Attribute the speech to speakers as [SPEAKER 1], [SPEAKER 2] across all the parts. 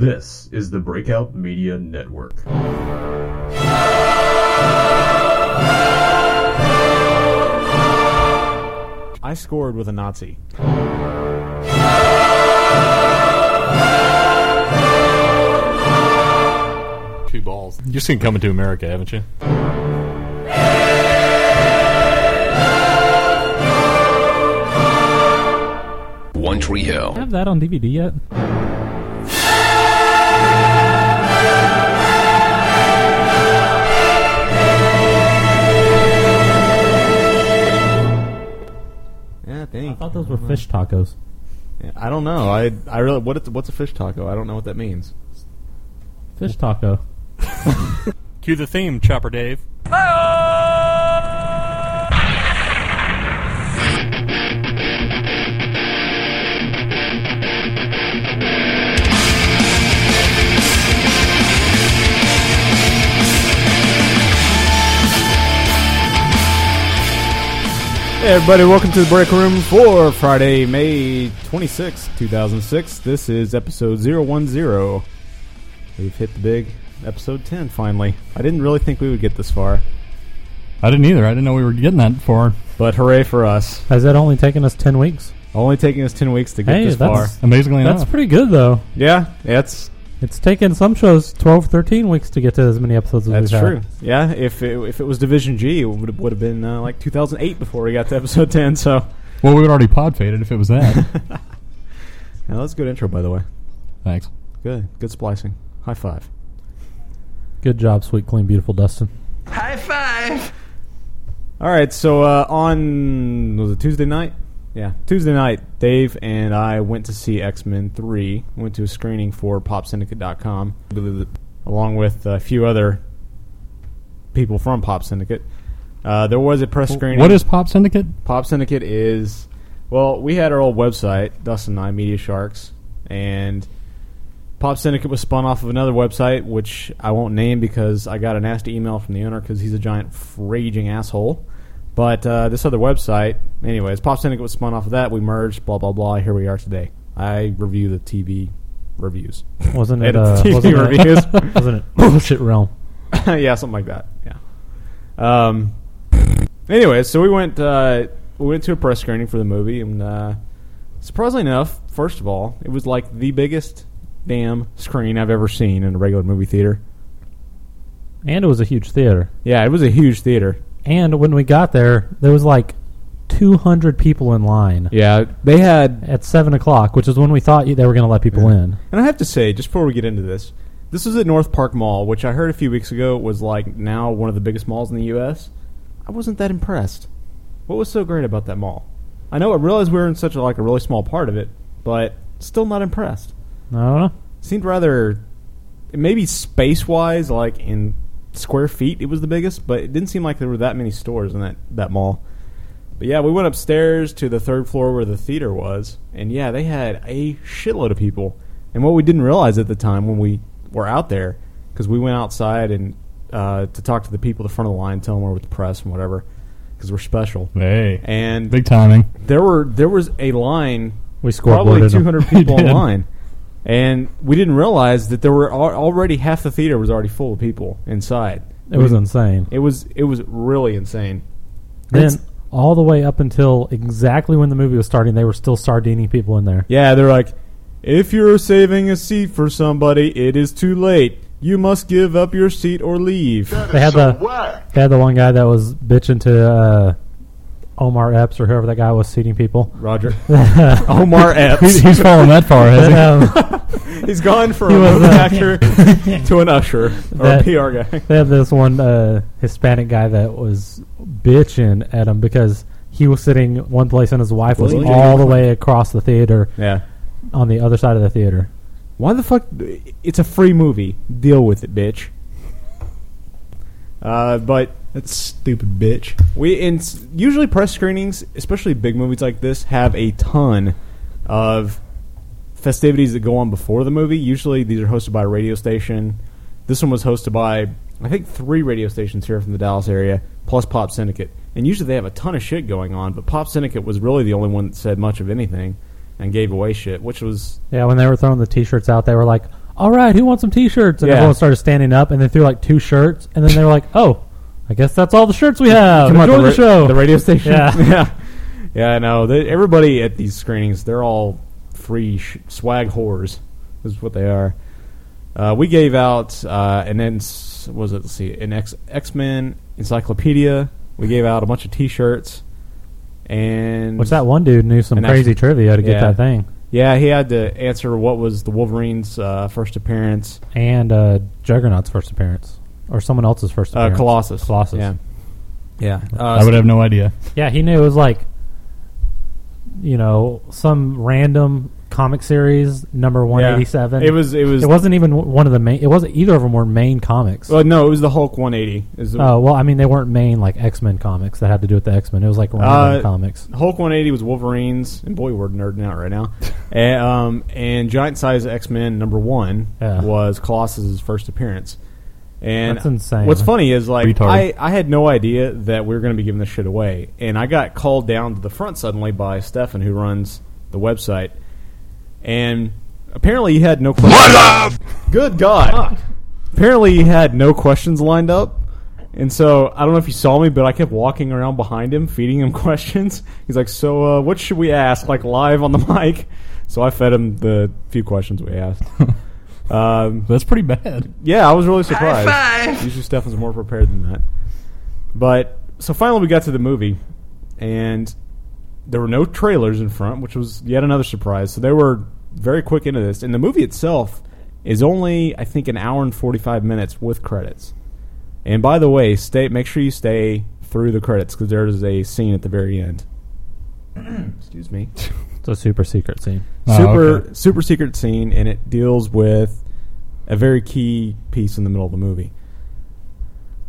[SPEAKER 1] This is the Breakout Media Network.
[SPEAKER 2] I scored with a Nazi.
[SPEAKER 3] Two balls. You've seen Coming to America, haven't you?
[SPEAKER 4] One Tree Hill.
[SPEAKER 5] have that on DVD yet?
[SPEAKER 2] Yeah,
[SPEAKER 5] I
[SPEAKER 2] thank.
[SPEAKER 5] thought those were fish tacos.
[SPEAKER 2] Yeah, I don't know. I I really what it's, what's a fish taco? I don't know what that means.
[SPEAKER 5] Fish taco.
[SPEAKER 3] Cue the theme, Chopper Dave.
[SPEAKER 2] Hey everybody, welcome to the break room for Friday, May twenty sixth, 2006. This is episode 010. We've hit the big episode 10 finally. I didn't really think we would get this far,
[SPEAKER 3] I didn't either. I didn't know we were getting that far.
[SPEAKER 2] but hooray for us.
[SPEAKER 5] Has that only taken us ten weeks?
[SPEAKER 2] Only taking us 10 weeks to get
[SPEAKER 5] Hey,
[SPEAKER 2] this far.
[SPEAKER 5] that's-
[SPEAKER 3] Amazingly
[SPEAKER 5] That's
[SPEAKER 3] enough.
[SPEAKER 5] pretty good though.
[SPEAKER 2] Yeah, that's
[SPEAKER 5] It's taken some shows 12, 13 weeks to get to as many episodes as
[SPEAKER 2] that's
[SPEAKER 5] we've
[SPEAKER 2] true.
[SPEAKER 5] had.
[SPEAKER 2] Yeah, if it, if it was Division G, it would would have been uh, like 2008 before we got to episode 10, so
[SPEAKER 3] well, we would already pod faded if it was that.
[SPEAKER 2] Now that's a good intro, by the way.
[SPEAKER 3] Thanks.
[SPEAKER 2] Good, good splicing. High five.
[SPEAKER 5] Good job, sweet, clean, beautiful Dustin.
[SPEAKER 2] All right, so uh, on was it Tuesday night? Yeah, Tuesday night, Dave and I went to see X Men Three. Went to a screening for PopSyndicate.com, along with a few other people from Pop Syndicate. Uh, there was a press screening.
[SPEAKER 3] What is Pop Syndicate?
[SPEAKER 2] Pop Syndicate is well, we had our old website, Dustin and I, Media Sharks, and Pop Syndicate was spun off of another website, which I won't name because I got a nasty email from the owner because he's a giant f- raging asshole. But uh, this other website, anyways, Pop Syndicate was spun off of that. We merged, blah blah blah. Here we are today. I review the TV reviews.
[SPEAKER 5] Wasn't it?
[SPEAKER 2] And
[SPEAKER 5] Uh,
[SPEAKER 2] TV
[SPEAKER 5] wasn't,
[SPEAKER 2] reviews.
[SPEAKER 5] It, wasn't it bullshit realm?
[SPEAKER 2] yeah, something like that. Yeah. Um. Anyway, so we went uh, we went to a press screening for the movie, and uh, surprisingly enough, first of all, it was like the biggest damn screen I've ever seen in a regular movie theater.
[SPEAKER 5] And it was a huge theater.
[SPEAKER 2] Yeah, it was a huge theater.
[SPEAKER 5] And when we got there, there was like two hundred people in line
[SPEAKER 2] Yeah, they had,
[SPEAKER 5] at seven o'clock, which is when we thought they were going to let people in.
[SPEAKER 2] and I have to say, just before we get into this, this was at North Park Mall, which I heard a few weeks ago was like now one of the biggest malls in the U.S. I wasn't that impressed. What was so great about that mall? I know I realized we were in such a, like a really small part of it, but still not impressed.
[SPEAKER 5] I don't know.
[SPEAKER 2] seemed rather maybe space wise like in square feet it was the biggest but it didn't seem like there were that many stores in that, that mall but yeah we went upstairs to the third floor where the theater was and yeah they had a shitload of people and what we didn't realize at the time when we were out there because we went outside and uh, to talk to the people at the front of the line tell them we're with the press and whatever because we're special
[SPEAKER 3] Hey.
[SPEAKER 2] and
[SPEAKER 3] Big timing.
[SPEAKER 2] there were there was a line.
[SPEAKER 5] We
[SPEAKER 2] probably
[SPEAKER 5] scoreboarded
[SPEAKER 2] 200
[SPEAKER 5] them.
[SPEAKER 2] people
[SPEAKER 3] We
[SPEAKER 2] in
[SPEAKER 3] did.
[SPEAKER 2] line, and we didn't realize that there were al- already half the theater was already full of people inside.
[SPEAKER 5] It was insane.
[SPEAKER 2] It was it was really insane.
[SPEAKER 5] Then
[SPEAKER 2] It's-
[SPEAKER 5] all the way up until exactly when the movie was starting, they were still sardining people in there.
[SPEAKER 2] Yeah, they're like, if you're saving a seat for somebody, it is too late. You must give up your seat or leave.
[SPEAKER 5] They had the they had the one guy that was bitching to uh, Omar Epps or whoever that guy was seating people.
[SPEAKER 2] Roger, Omar Epps.
[SPEAKER 3] He's fallen that far,
[SPEAKER 5] But,
[SPEAKER 3] has
[SPEAKER 5] um,
[SPEAKER 2] He's gone from
[SPEAKER 5] He
[SPEAKER 2] a
[SPEAKER 5] was,
[SPEAKER 2] movie
[SPEAKER 5] uh,
[SPEAKER 2] actor to an usher or
[SPEAKER 5] That-
[SPEAKER 2] a PR guy.
[SPEAKER 5] they had this one uh, Hispanic guy that was bitching at him because he was sitting one place and his wife was
[SPEAKER 2] Well, he-
[SPEAKER 5] all the way across the theater
[SPEAKER 2] Yeah.
[SPEAKER 5] on the other side of the theater.
[SPEAKER 2] Why the fuck? It's a free movie. Deal with it, bitch. Uh, but
[SPEAKER 6] That's stupid, bitch.
[SPEAKER 2] we in usually press screenings, especially big movies like this, have a ton of festivities that go on before the movie. Usually, these are hosted by a radio station. This one was hosted by I think three radio stations here from the Dallas area, plus Pop Syndicate. And usually, they have a ton of shit going on. But Pop Syndicate was really the only one that said much of anything and gave away shit, which was
[SPEAKER 5] Yeah, when they were throwing the T-shirts out, they were like, all right, who wants some T-shirts? And
[SPEAKER 2] Yeah.
[SPEAKER 5] everyone started standing up, and they threw like two shirts, and then they were like, oh, I guess that's all the shirts we have.
[SPEAKER 2] Come on,
[SPEAKER 5] Enjoy the,
[SPEAKER 2] ra-
[SPEAKER 5] show.
[SPEAKER 2] the radio station.
[SPEAKER 5] Yeah.
[SPEAKER 2] yeah, yeah. I know. They, everybody at these screenings, they're all free sh- swag whores. Is what they are. Uh, we gave out uh, an ens- what was it? Let's see, an X X Men encyclopedia. We gave out a bunch of T-shirts, and
[SPEAKER 5] Which that one dude knew some
[SPEAKER 2] And
[SPEAKER 5] crazy
[SPEAKER 2] actually-
[SPEAKER 5] trivia to get
[SPEAKER 2] yeah.
[SPEAKER 5] that thing,
[SPEAKER 2] Yeah, he had to answer what was the Wolverine's uh, first appearance.
[SPEAKER 5] and uh, Juggernaut's first appearance, or someone else's first
[SPEAKER 2] Uh,
[SPEAKER 5] appearance.
[SPEAKER 2] Colossus.
[SPEAKER 5] Colossus.
[SPEAKER 2] Yeah. Yeah. Uh,
[SPEAKER 6] I would have no idea.
[SPEAKER 5] Yeah, he knew it was like, you know, some random comic series number one eighty seven.
[SPEAKER 2] Yeah. It was. It was.
[SPEAKER 5] It wasn't even one of the main. It wasn't either of them were main comics.
[SPEAKER 2] Well, no, it was the Hulk 180. Is the,
[SPEAKER 5] Oh well, I mean they weren't main like X Men comics that had to do with the X Men. It was like random
[SPEAKER 2] Uh,
[SPEAKER 5] comics.
[SPEAKER 2] Hulk 180 was Wolverines, and boy, we're nerding out right now. and, um, and Giant Size X Men number one
[SPEAKER 5] Yeah.
[SPEAKER 2] was Colossus's first appearance. And
[SPEAKER 5] That's insane.
[SPEAKER 2] What's funny is like
[SPEAKER 3] Retard.
[SPEAKER 2] I, I had no idea that we were going to be giving this shit away, and I got called down to the front suddenly by Stefan, who runs the website, and apparently he had no questions. Good God! apparently he had no questions lined up. And so I don't know if you saw me, but I kept walking around behind him, feeding him questions. He's like, "So, uh, what should we ask?" Like live on the mic. So I fed him the few questions we asked. um,
[SPEAKER 6] That's pretty bad.
[SPEAKER 2] yeah, I was really surprised. Usually Stefan's more prepared than that. But so finally we got to the movie and there were no trailers in front, which was yet another surprise. So they were very quick into this. And the movie itself is only I think an hour and 45 minutes with credits. And by the way, stay make sure you stay through the credits cuz there is a scene at the very end. Excuse me
[SPEAKER 5] It's a super secret scene.
[SPEAKER 6] Oh,
[SPEAKER 2] super
[SPEAKER 6] okay.
[SPEAKER 2] super secret scene and it deals with a very key piece in the middle of the movie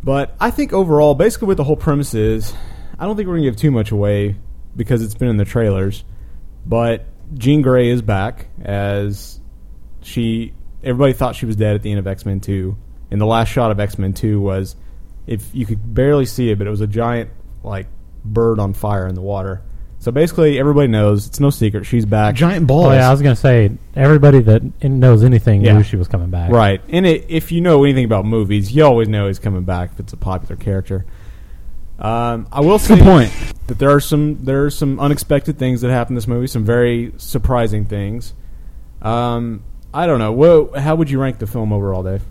[SPEAKER 2] but i think overall basically what the whole premise is i don't think we're going to give too much away because it's been in the trailers but jean gray is back as she everybody thought she was dead at the end of x-men 2 and the last shot of x-men 2 was if you could barely see it but it was a giant like bird on fire in the water so basically everybody knows it's no secret she's back
[SPEAKER 6] Giant balls.
[SPEAKER 5] Oh yeah, I was gonna say everybody that in- knows anything
[SPEAKER 2] Yeah.
[SPEAKER 5] knew she was coming back.
[SPEAKER 2] Right. And it, if you know anything about movies, you always know he's coming back if it's a popular character. Um, I will say point. that there are some there are some unexpected things that happen in this movie, some very surprising things. Um, I don't know. Wha how would you rank the film overall, Dave?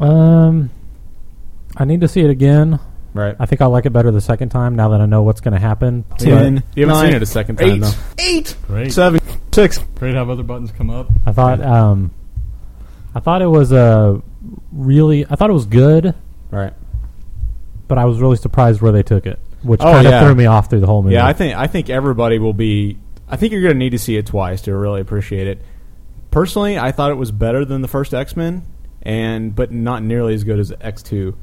[SPEAKER 5] Um, I need to see it again.
[SPEAKER 2] Right.
[SPEAKER 5] I think I like it better the second time now that I know what's gonna happen.
[SPEAKER 2] Ten.
[SPEAKER 5] But
[SPEAKER 2] you haven't
[SPEAKER 6] nine,
[SPEAKER 2] seen it a second time,
[SPEAKER 6] eight,
[SPEAKER 2] though.
[SPEAKER 6] Great.
[SPEAKER 2] Seven. Six.
[SPEAKER 6] Great how other buttons come up.
[SPEAKER 5] I thought um, I thought it was a really. I thought it was good,
[SPEAKER 2] Right.
[SPEAKER 5] but I was really surprised where they took it, which
[SPEAKER 2] Oh,
[SPEAKER 5] kind of
[SPEAKER 2] yeah.
[SPEAKER 5] threw me off through the whole movie.
[SPEAKER 2] Yeah, I think I think everybody will be. I think you're going to need to see it twice to really appreciate it. Personally, I thought it was better than the first X Men, and but not nearly as good as X Two.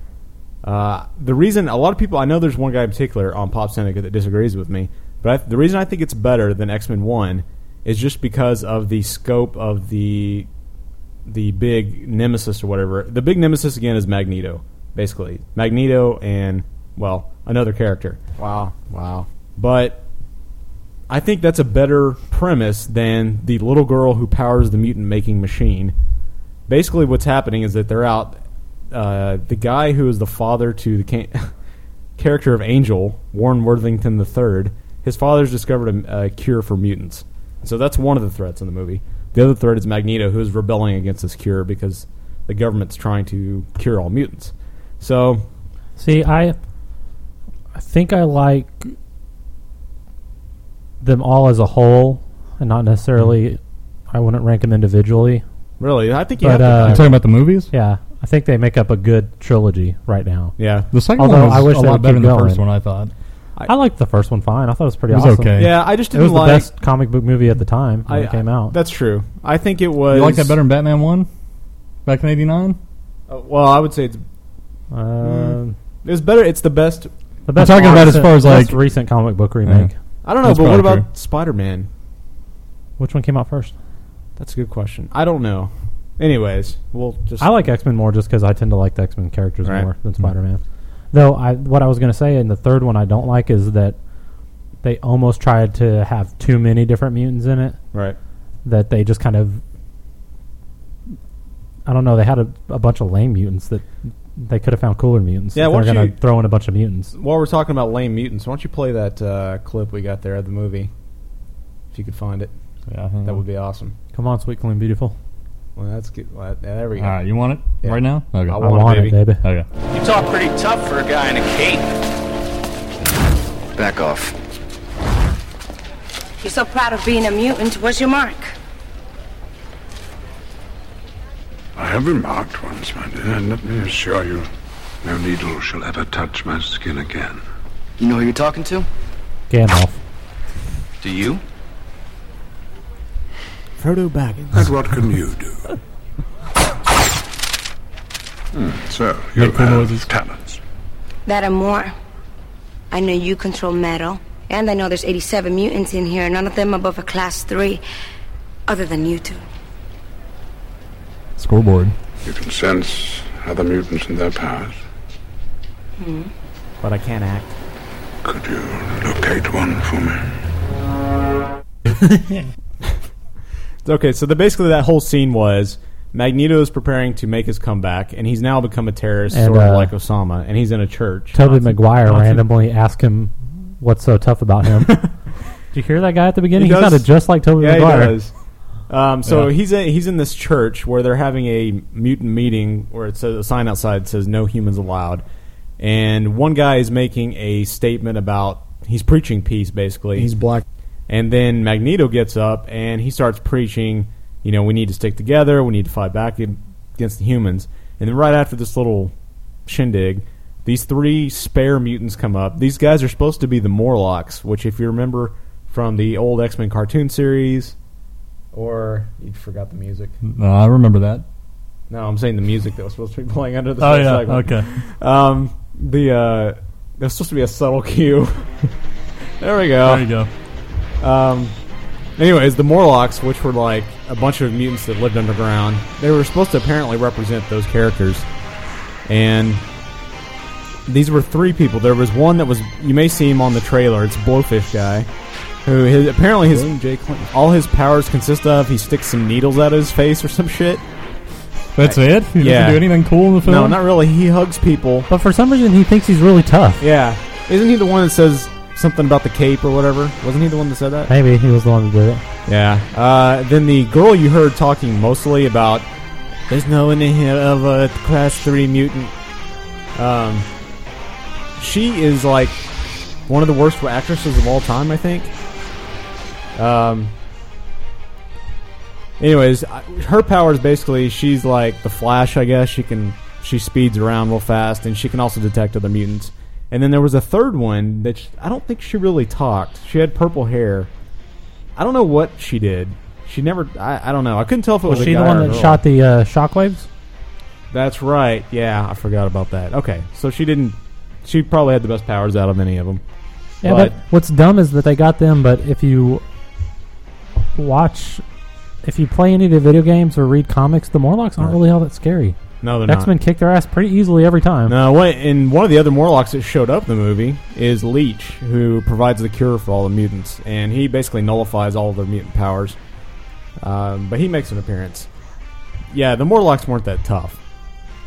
[SPEAKER 2] Uh, the reason a lot of people I know there's one guy in particular on Pop Syndicate that disagrees with me, but I, the reason I think it's better than X Men One is just because of the scope of the the big nemesis or whatever. The big nemesis again is Magneto, basically Magneto and well another character. Wow, wow. But I think that's a better premise than the little girl who powers the mutant making machine. Basically, what's happening is that they're out. Uh, the guy who is the father to the ca- character of Angel, Warren Worthington III, his father's discovered a, a cure for mutants. So that's one of the threats in the movie. The other threat is Magneto, who is rebelling against this cure because the government's trying to cure all mutants. So
[SPEAKER 5] See, I, I think I like them all as a whole, and not necessarily.
[SPEAKER 6] Mm-hmm.
[SPEAKER 5] I wouldn't rank them individually.
[SPEAKER 2] really, I think you have
[SPEAKER 5] But, uh,
[SPEAKER 2] to.
[SPEAKER 5] You're
[SPEAKER 6] You talking about the movies?
[SPEAKER 5] Yeah, I think they make up a good trilogy right now.
[SPEAKER 2] yeah,
[SPEAKER 6] The second
[SPEAKER 5] Although
[SPEAKER 6] one was
[SPEAKER 5] I wish
[SPEAKER 6] a
[SPEAKER 5] they
[SPEAKER 6] lot
[SPEAKER 5] would
[SPEAKER 6] better
[SPEAKER 5] keep
[SPEAKER 6] than the first
[SPEAKER 5] going.
[SPEAKER 6] one. I thought.
[SPEAKER 5] I liked the first one fine. I thought it was pretty
[SPEAKER 6] It was
[SPEAKER 5] awesome.
[SPEAKER 6] okay.
[SPEAKER 2] yeah. I just
[SPEAKER 5] It
[SPEAKER 2] didn't
[SPEAKER 5] was the
[SPEAKER 2] like.
[SPEAKER 5] best comic book movie at the time when
[SPEAKER 2] I,
[SPEAKER 5] it came out.
[SPEAKER 2] That's true. I think it was.
[SPEAKER 6] You like that better than Batman One? Back in '89.
[SPEAKER 2] Uh, well, I would say it's
[SPEAKER 5] Um,
[SPEAKER 2] it's better. It's the best.
[SPEAKER 5] the best
[SPEAKER 6] Mm. talking about as
[SPEAKER 5] recent-
[SPEAKER 6] far as,
[SPEAKER 5] best
[SPEAKER 6] like- Uh-huh.
[SPEAKER 5] recent comic book remake.
[SPEAKER 6] Yeah.
[SPEAKER 2] I don't know,
[SPEAKER 6] That's
[SPEAKER 2] but what
[SPEAKER 6] probably
[SPEAKER 2] about Spider Man?
[SPEAKER 5] Which one came out first?
[SPEAKER 2] That's a good question. I don't know. Anyways, we'll just.
[SPEAKER 5] I like X Men more just because I tend to like the X Men characters
[SPEAKER 2] Right. Mm-hmm.
[SPEAKER 5] more than Spider Man. Though I, what I was going to say in the third one I don't like is that they almost tried to have too many different mutants in it
[SPEAKER 2] right.
[SPEAKER 5] that they just kind of I don't know. They had a, a bunch of lame mutants that they could have found cooler mutants.
[SPEAKER 2] Yeah,
[SPEAKER 5] if
[SPEAKER 2] why don't
[SPEAKER 5] they're gonna
[SPEAKER 2] you-
[SPEAKER 5] throw in a bunch of mutants.
[SPEAKER 2] While we're talking about lame mutants, why don't you play that uh, clip we got there of the movie? If you could find it,
[SPEAKER 6] Yeah, hang
[SPEAKER 2] that
[SPEAKER 6] on.
[SPEAKER 2] would be awesome.
[SPEAKER 5] Come on, sweet, clean, beautiful.
[SPEAKER 2] Well, that's good. Well, there we go.
[SPEAKER 6] All right, you want it
[SPEAKER 2] Yeah.
[SPEAKER 6] right now? Okay.
[SPEAKER 2] I
[SPEAKER 5] I
[SPEAKER 2] want it,
[SPEAKER 5] want it,
[SPEAKER 2] baby.
[SPEAKER 5] baby.
[SPEAKER 6] okay.
[SPEAKER 7] You talk pretty tough for a guy in a cape.
[SPEAKER 4] Back off.
[SPEAKER 8] You're so proud of being a mutant. Where's your mark?
[SPEAKER 9] I have remarked once, my dear, and let me assure you, no needle shall ever touch my skin again.
[SPEAKER 7] You know who you're talking to?
[SPEAKER 5] Gandalf.
[SPEAKER 4] Do you?
[SPEAKER 2] Frodo Baggins.
[SPEAKER 9] And what can you do? Hmm, so, you
[SPEAKER 6] Make cool
[SPEAKER 9] have
[SPEAKER 6] noises.
[SPEAKER 9] talents.
[SPEAKER 8] That and more. I know you control metal, and I know there's 87 mutants in here, none of them above a class three, other than you two.
[SPEAKER 6] Scoreboard.
[SPEAKER 9] You can sense other mutants and their powers.
[SPEAKER 2] But I can't act.
[SPEAKER 9] Could you locate one for me?
[SPEAKER 2] Okay, so the, basically that whole scene was Magneto is preparing to make his comeback, and he's now become a terrorist,
[SPEAKER 5] And,
[SPEAKER 2] sort of
[SPEAKER 5] uh,
[SPEAKER 2] like Osama, and he's in a church.
[SPEAKER 5] Toby Maguire randomly asked him what's so tough about him. Did you hear that guy at the beginning?
[SPEAKER 2] He
[SPEAKER 5] He,
[SPEAKER 2] does.
[SPEAKER 5] sounded just like Toby
[SPEAKER 2] yeah, he
[SPEAKER 5] Maguire.
[SPEAKER 2] does. Um, so
[SPEAKER 6] Yeah.
[SPEAKER 2] he's a, he's in this church where they're having a mutant meeting, where it says a sign outside says "No humans allowed," and one guy is making a statement about he's preaching peace, basically.
[SPEAKER 10] He's black.
[SPEAKER 2] And then Magneto gets up and he starts preaching, you know, we need to stick together, we need to fight back ag- against the humans. And then right after this little shindig, these three spare mutants come up. These guys are supposed to be the Morlocks, which, if you remember from the old X Men cartoon series, or you forgot the music.
[SPEAKER 6] No, Uh, I remember that.
[SPEAKER 2] No, I'm saying the music that was supposed to be playing under the
[SPEAKER 6] Oh yeah.
[SPEAKER 2] segment.
[SPEAKER 6] Okay.
[SPEAKER 2] Um, the uh, there's supposed to be a subtle cue. there we go.
[SPEAKER 6] There you go.
[SPEAKER 2] Um, Anyways, the Morlocks, which were like a bunch of mutants that lived underground, they were supposed to apparently represent those characters. And these were three people. There was one that was you may see him on the trailer. It's Blowfish guy, who his, apparently his
[SPEAKER 10] William J. Clinton.
[SPEAKER 2] all his powers consist of. He sticks some needles out of his face or some shit.
[SPEAKER 6] That's it. He
[SPEAKER 2] Yeah.
[SPEAKER 6] doesn't do anything cool in the film.
[SPEAKER 2] No, not really. He hugs people.
[SPEAKER 5] But for some reason, he thinks he's really tough.
[SPEAKER 2] Yeah, isn't he the one that says something about the cape or whatever? Wasn't he the one that said that?
[SPEAKER 5] Maybe he was the one that did it.
[SPEAKER 2] Yeah. Uh, then the girl you heard talking mostly about there's no one in here of a class three mutant. Um, she is like one of the worst actresses of all time, I think. Um. Anyways, I- her power is basically she's like the Flash, I guess. She can she speeds around real fast, and she can also detect other mutants. And then there was a third one that sh I don't think she really talked. She had purple hair. I don't know what she did. She never. I, I don't know. I couldn't tell if it was,
[SPEAKER 5] Was
[SPEAKER 2] a
[SPEAKER 5] she the
[SPEAKER 2] guy or
[SPEAKER 5] one
[SPEAKER 2] a
[SPEAKER 5] that
[SPEAKER 2] girl.
[SPEAKER 5] shot the uh, shockwaves?
[SPEAKER 2] That's right. Yeah, I forgot about that. Okay, so she didn't. She probably had the best powers out of any of them.
[SPEAKER 5] Yeah,
[SPEAKER 2] But-
[SPEAKER 5] but what's dumb is that they got them, but if you watch, if you play any of the video games or read comics, the Morlocks aren't
[SPEAKER 2] Right.
[SPEAKER 5] really all that scary.
[SPEAKER 2] No, they're
[SPEAKER 5] X Men
[SPEAKER 2] not.
[SPEAKER 5] kick their ass pretty easily every time.
[SPEAKER 2] No, one, and one of the other Morlocks that showed up in the movie is Leech, who provides the cure for all the mutants, and he basically nullifies all of their mutant powers. Um, but he makes an appearance. Yeah, the Morlocks weren't that tough.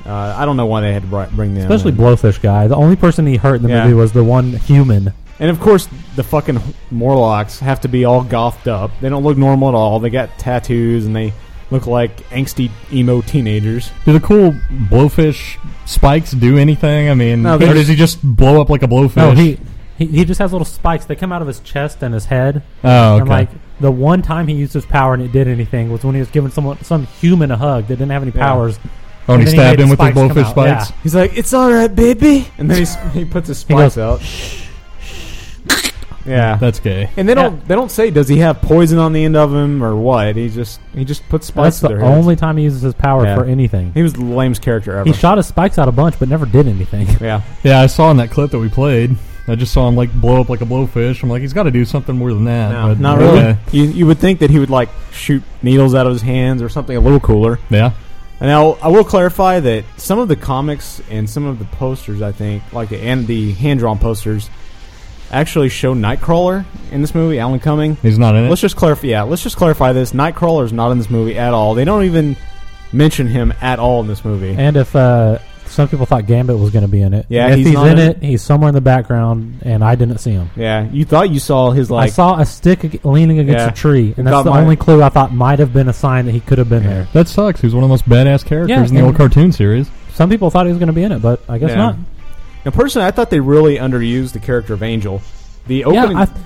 [SPEAKER 2] Uh, I don't know why they had to bri- bring them,
[SPEAKER 5] Especially
[SPEAKER 2] in.
[SPEAKER 5] Blowfish guy. The only person he hurt in the
[SPEAKER 2] Yeah.
[SPEAKER 5] movie was the one human.
[SPEAKER 2] And of course, the fucking Morlocks have to be all gothed up. They don't look normal at all. They got tattoos and they look like angsty emo teenagers.
[SPEAKER 6] Do the cool blowfish spikes do anything? I mean,
[SPEAKER 2] No,
[SPEAKER 6] or
[SPEAKER 2] they're
[SPEAKER 6] does
[SPEAKER 2] just-
[SPEAKER 6] he just blow up like a blowfish?
[SPEAKER 5] No, he, he he just has little spikes. They come out of his chest and his head.
[SPEAKER 6] Oh, okay.
[SPEAKER 5] And like the one time he used his power and it did anything was when he was giving someone some human a hug that didn't have any powers.
[SPEAKER 6] oh, and he
[SPEAKER 5] then he
[SPEAKER 6] stabbed
[SPEAKER 5] made
[SPEAKER 6] him with the
[SPEAKER 5] spikes come
[SPEAKER 6] blowfish
[SPEAKER 5] out,
[SPEAKER 6] spikes.
[SPEAKER 5] yeah.
[SPEAKER 2] He's like, "It's all right, baby," and then he's, he puts his spikes
[SPEAKER 5] goes,
[SPEAKER 2] out. Yeah,
[SPEAKER 6] That's gay.
[SPEAKER 2] and they don't they don't say does he have poison on the end of him or what. He just he just puts spikes.
[SPEAKER 5] That's
[SPEAKER 2] to
[SPEAKER 5] the
[SPEAKER 2] their heads.
[SPEAKER 5] only time he uses his power
[SPEAKER 2] Yeah.
[SPEAKER 5] for anything.
[SPEAKER 2] He was the lamest character ever.
[SPEAKER 5] He shot his spikes out a bunch, but never did anything.
[SPEAKER 2] yeah,
[SPEAKER 6] Yeah, I saw in that clip that we played. I just saw him like blow up like a blowfish. I'm like, he's got to do something more than that.
[SPEAKER 2] no,
[SPEAKER 6] but-
[SPEAKER 2] not really.
[SPEAKER 6] Yeah.
[SPEAKER 2] You you would think that he would like shoot needles out of his hands or something a little cooler.
[SPEAKER 6] Yeah.
[SPEAKER 2] And I'll, I will clarify that some of the comics and some of the posters, I think, like the, and the hand drawn posters, actually show Nightcrawler in this movie. Alan Cumming.
[SPEAKER 6] he's not in it.
[SPEAKER 2] Let's just clarify. Yeah, let's just clarify this. Nightcrawler is not in this movie at all. They don't even mention him at all in this movie.
[SPEAKER 5] And if uh, some people thought Gambit was going to be in it,
[SPEAKER 2] Yeah,
[SPEAKER 5] And if
[SPEAKER 2] he's
[SPEAKER 5] he's,
[SPEAKER 2] not
[SPEAKER 5] in
[SPEAKER 2] in
[SPEAKER 5] it, he's somewhere in the background, and I didn't see him.
[SPEAKER 2] yeah, you thought you saw his
[SPEAKER 5] I
[SPEAKER 2] like
[SPEAKER 5] saw a stick ag- leaning against
[SPEAKER 2] Yeah.
[SPEAKER 5] a tree, and that's
[SPEAKER 2] Got
[SPEAKER 5] the
[SPEAKER 2] my-
[SPEAKER 5] only clue I thought might have been a sign that he could have been there.
[SPEAKER 6] That sucks. He was one of the most badass characters
[SPEAKER 5] Yeah,
[SPEAKER 6] in the
[SPEAKER 5] and-
[SPEAKER 6] old cartoon series.
[SPEAKER 5] Some people thought he was going to be in it, but I guess
[SPEAKER 2] Yeah.
[SPEAKER 5] not.
[SPEAKER 2] now. Personally, I thought they really underused the character of Angel. The opening, Mm-hmm.
[SPEAKER 5] Yeah,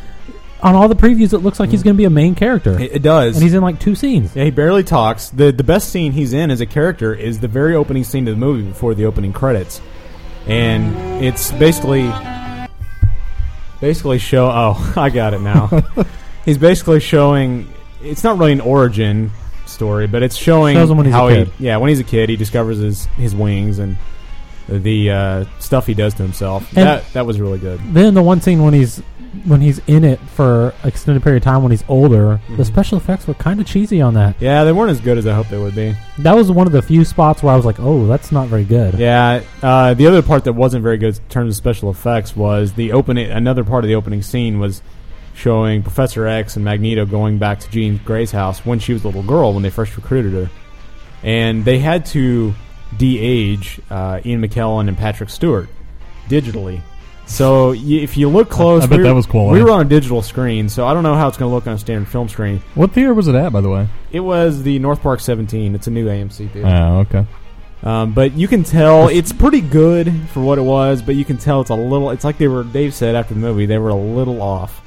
[SPEAKER 5] I, on all the previews, it looks like he's going to be a main character, and
[SPEAKER 2] it, it does.
[SPEAKER 5] he's in like two scenes.
[SPEAKER 2] yeah, he barely talks. the The best scene he's in as a character is the very opening scene of the movie before the opening credits, and it's basically basically show. Oh, I got it now. he's basically showing. It's not really an origin story, but it's showing
[SPEAKER 5] Shows him when he's a
[SPEAKER 2] how
[SPEAKER 5] kid.
[SPEAKER 2] he. Yeah, when he's a kid, he discovers his his wings and the uh, stuff he does to himself.
[SPEAKER 5] And-
[SPEAKER 2] that that was really good.
[SPEAKER 5] Then the one scene when he's when he's in it for extended period of time when he's older,
[SPEAKER 2] Mm-hmm.
[SPEAKER 5] the special effects were kind of cheesy on that.
[SPEAKER 2] Yeah, they weren't as good as I hoped they would be.
[SPEAKER 5] That was one of the few spots where I was like, "Oh, that's not very good."
[SPEAKER 2] Yeah, uh, the other part that wasn't very good in terms of special effects was the opening. Another part of the opening scene was showing Professor X and Magneto going back to Jean Grey's house when she was a little girl when they first recruited her, and they had to de-age uh, Ian McKellen and Patrick Stewart digitally. So y- if you look close,
[SPEAKER 6] bet
[SPEAKER 2] we
[SPEAKER 6] that
[SPEAKER 2] were-
[SPEAKER 6] was quality.
[SPEAKER 2] We were on a digital screen, so I don't know how it's going to look on a standard film screen.
[SPEAKER 6] What theater was it at, by the way?
[SPEAKER 2] It was the North Park 17. It's a new AMC theater.
[SPEAKER 6] Oh, okay.
[SPEAKER 2] Um, but you can tell it's pretty good for what it was, but you can tell it's a little. It's like they were. Dave said after the movie they were a little off.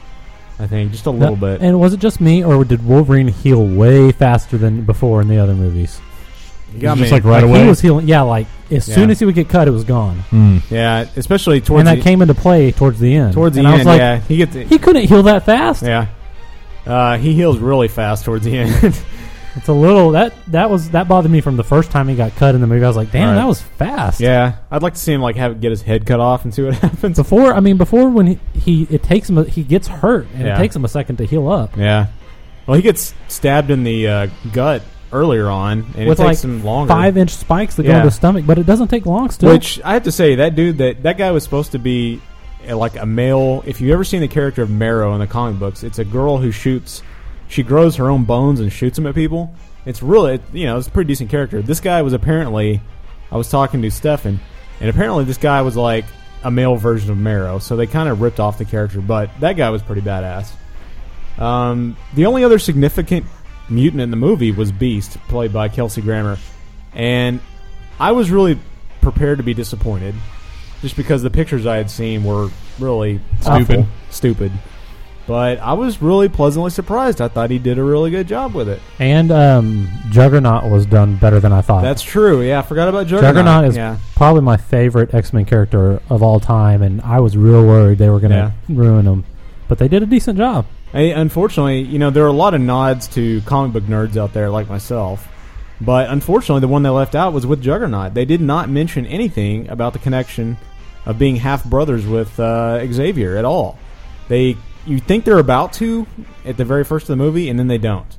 [SPEAKER 2] I think just a
[SPEAKER 5] No-
[SPEAKER 2] little bit.
[SPEAKER 5] And was it just me, or did Wolverine heal way faster than before in the other movies?
[SPEAKER 2] You
[SPEAKER 6] It
[SPEAKER 2] got
[SPEAKER 6] was just
[SPEAKER 2] me.
[SPEAKER 6] like right
[SPEAKER 5] Like,
[SPEAKER 6] away.
[SPEAKER 5] He was healing. Yeah, like as
[SPEAKER 2] Yeah.
[SPEAKER 5] soon as he would get cut, it was gone,
[SPEAKER 6] Hmm.
[SPEAKER 2] yeah, especially towards
[SPEAKER 5] and that
[SPEAKER 2] the,
[SPEAKER 5] came into play towards the end.
[SPEAKER 2] towards the
[SPEAKER 5] and
[SPEAKER 2] end.
[SPEAKER 5] I was like,
[SPEAKER 2] yeah, he gets
[SPEAKER 5] he couldn't heal that fast.
[SPEAKER 2] yeah. Uh, he heals really fast towards the end.
[SPEAKER 5] It's a little that that was that bothered me from the first time he got cut in the movie. I was like, "Damn,
[SPEAKER 2] Right.
[SPEAKER 5] that was fast."
[SPEAKER 2] yeah, I'd like to see him like have get his head cut off and see what happens.
[SPEAKER 5] Before, I mean, before when he, he it takes him, a, he gets hurt, and
[SPEAKER 2] Yeah.
[SPEAKER 5] it takes him a second to heal up.
[SPEAKER 2] Yeah. Well, he gets stabbed in the uh, gut earlier on, and
[SPEAKER 5] With
[SPEAKER 2] it
[SPEAKER 5] like
[SPEAKER 2] takes him longer.
[SPEAKER 5] five inch spikes that go
[SPEAKER 2] Yeah.
[SPEAKER 5] into the stomach, but it doesn't take long. Still,
[SPEAKER 2] Which I have to say, that dude, that that guy was supposed to be uh, like a male. If you've ever seen the character of Marrow in the comic books, it's a girl who shoots. She grows her own bones and shoots them at people. It's really, it, you know, it's a pretty decent character. This guy was apparently, I was talking to Stefan, and apparently this guy was like a male version of Marrow. So they kind of ripped off the character, but that guy was pretty badass. Um, the only other significant mutant in the movie was Beast, played by Kelsey Grammer, and I was really prepared to be disappointed, just because the pictures I had seen were really
[SPEAKER 6] Stupid.
[SPEAKER 2] awful, stupid. But I was really pleasantly surprised. I thought he did a really good job with it.
[SPEAKER 5] and um, Juggernaut was done better than I thought.
[SPEAKER 2] That's true. Yeah, I forgot about Juggernaut.
[SPEAKER 5] Juggernaut is
[SPEAKER 2] yeah.
[SPEAKER 5] probably my favorite X Men character of all time, and I was real worried they were going to ruin him, but they did a decent job.
[SPEAKER 2] I, unfortunately, you know, there are a lot of nods to comic book nerds out there like myself. But unfortunately, the one they left out was with Juggernaut. They did not mention anything about the connection of being half brothers with uh, Xavier at all. They, you think they're about to at the very first of the movie, and then they don't.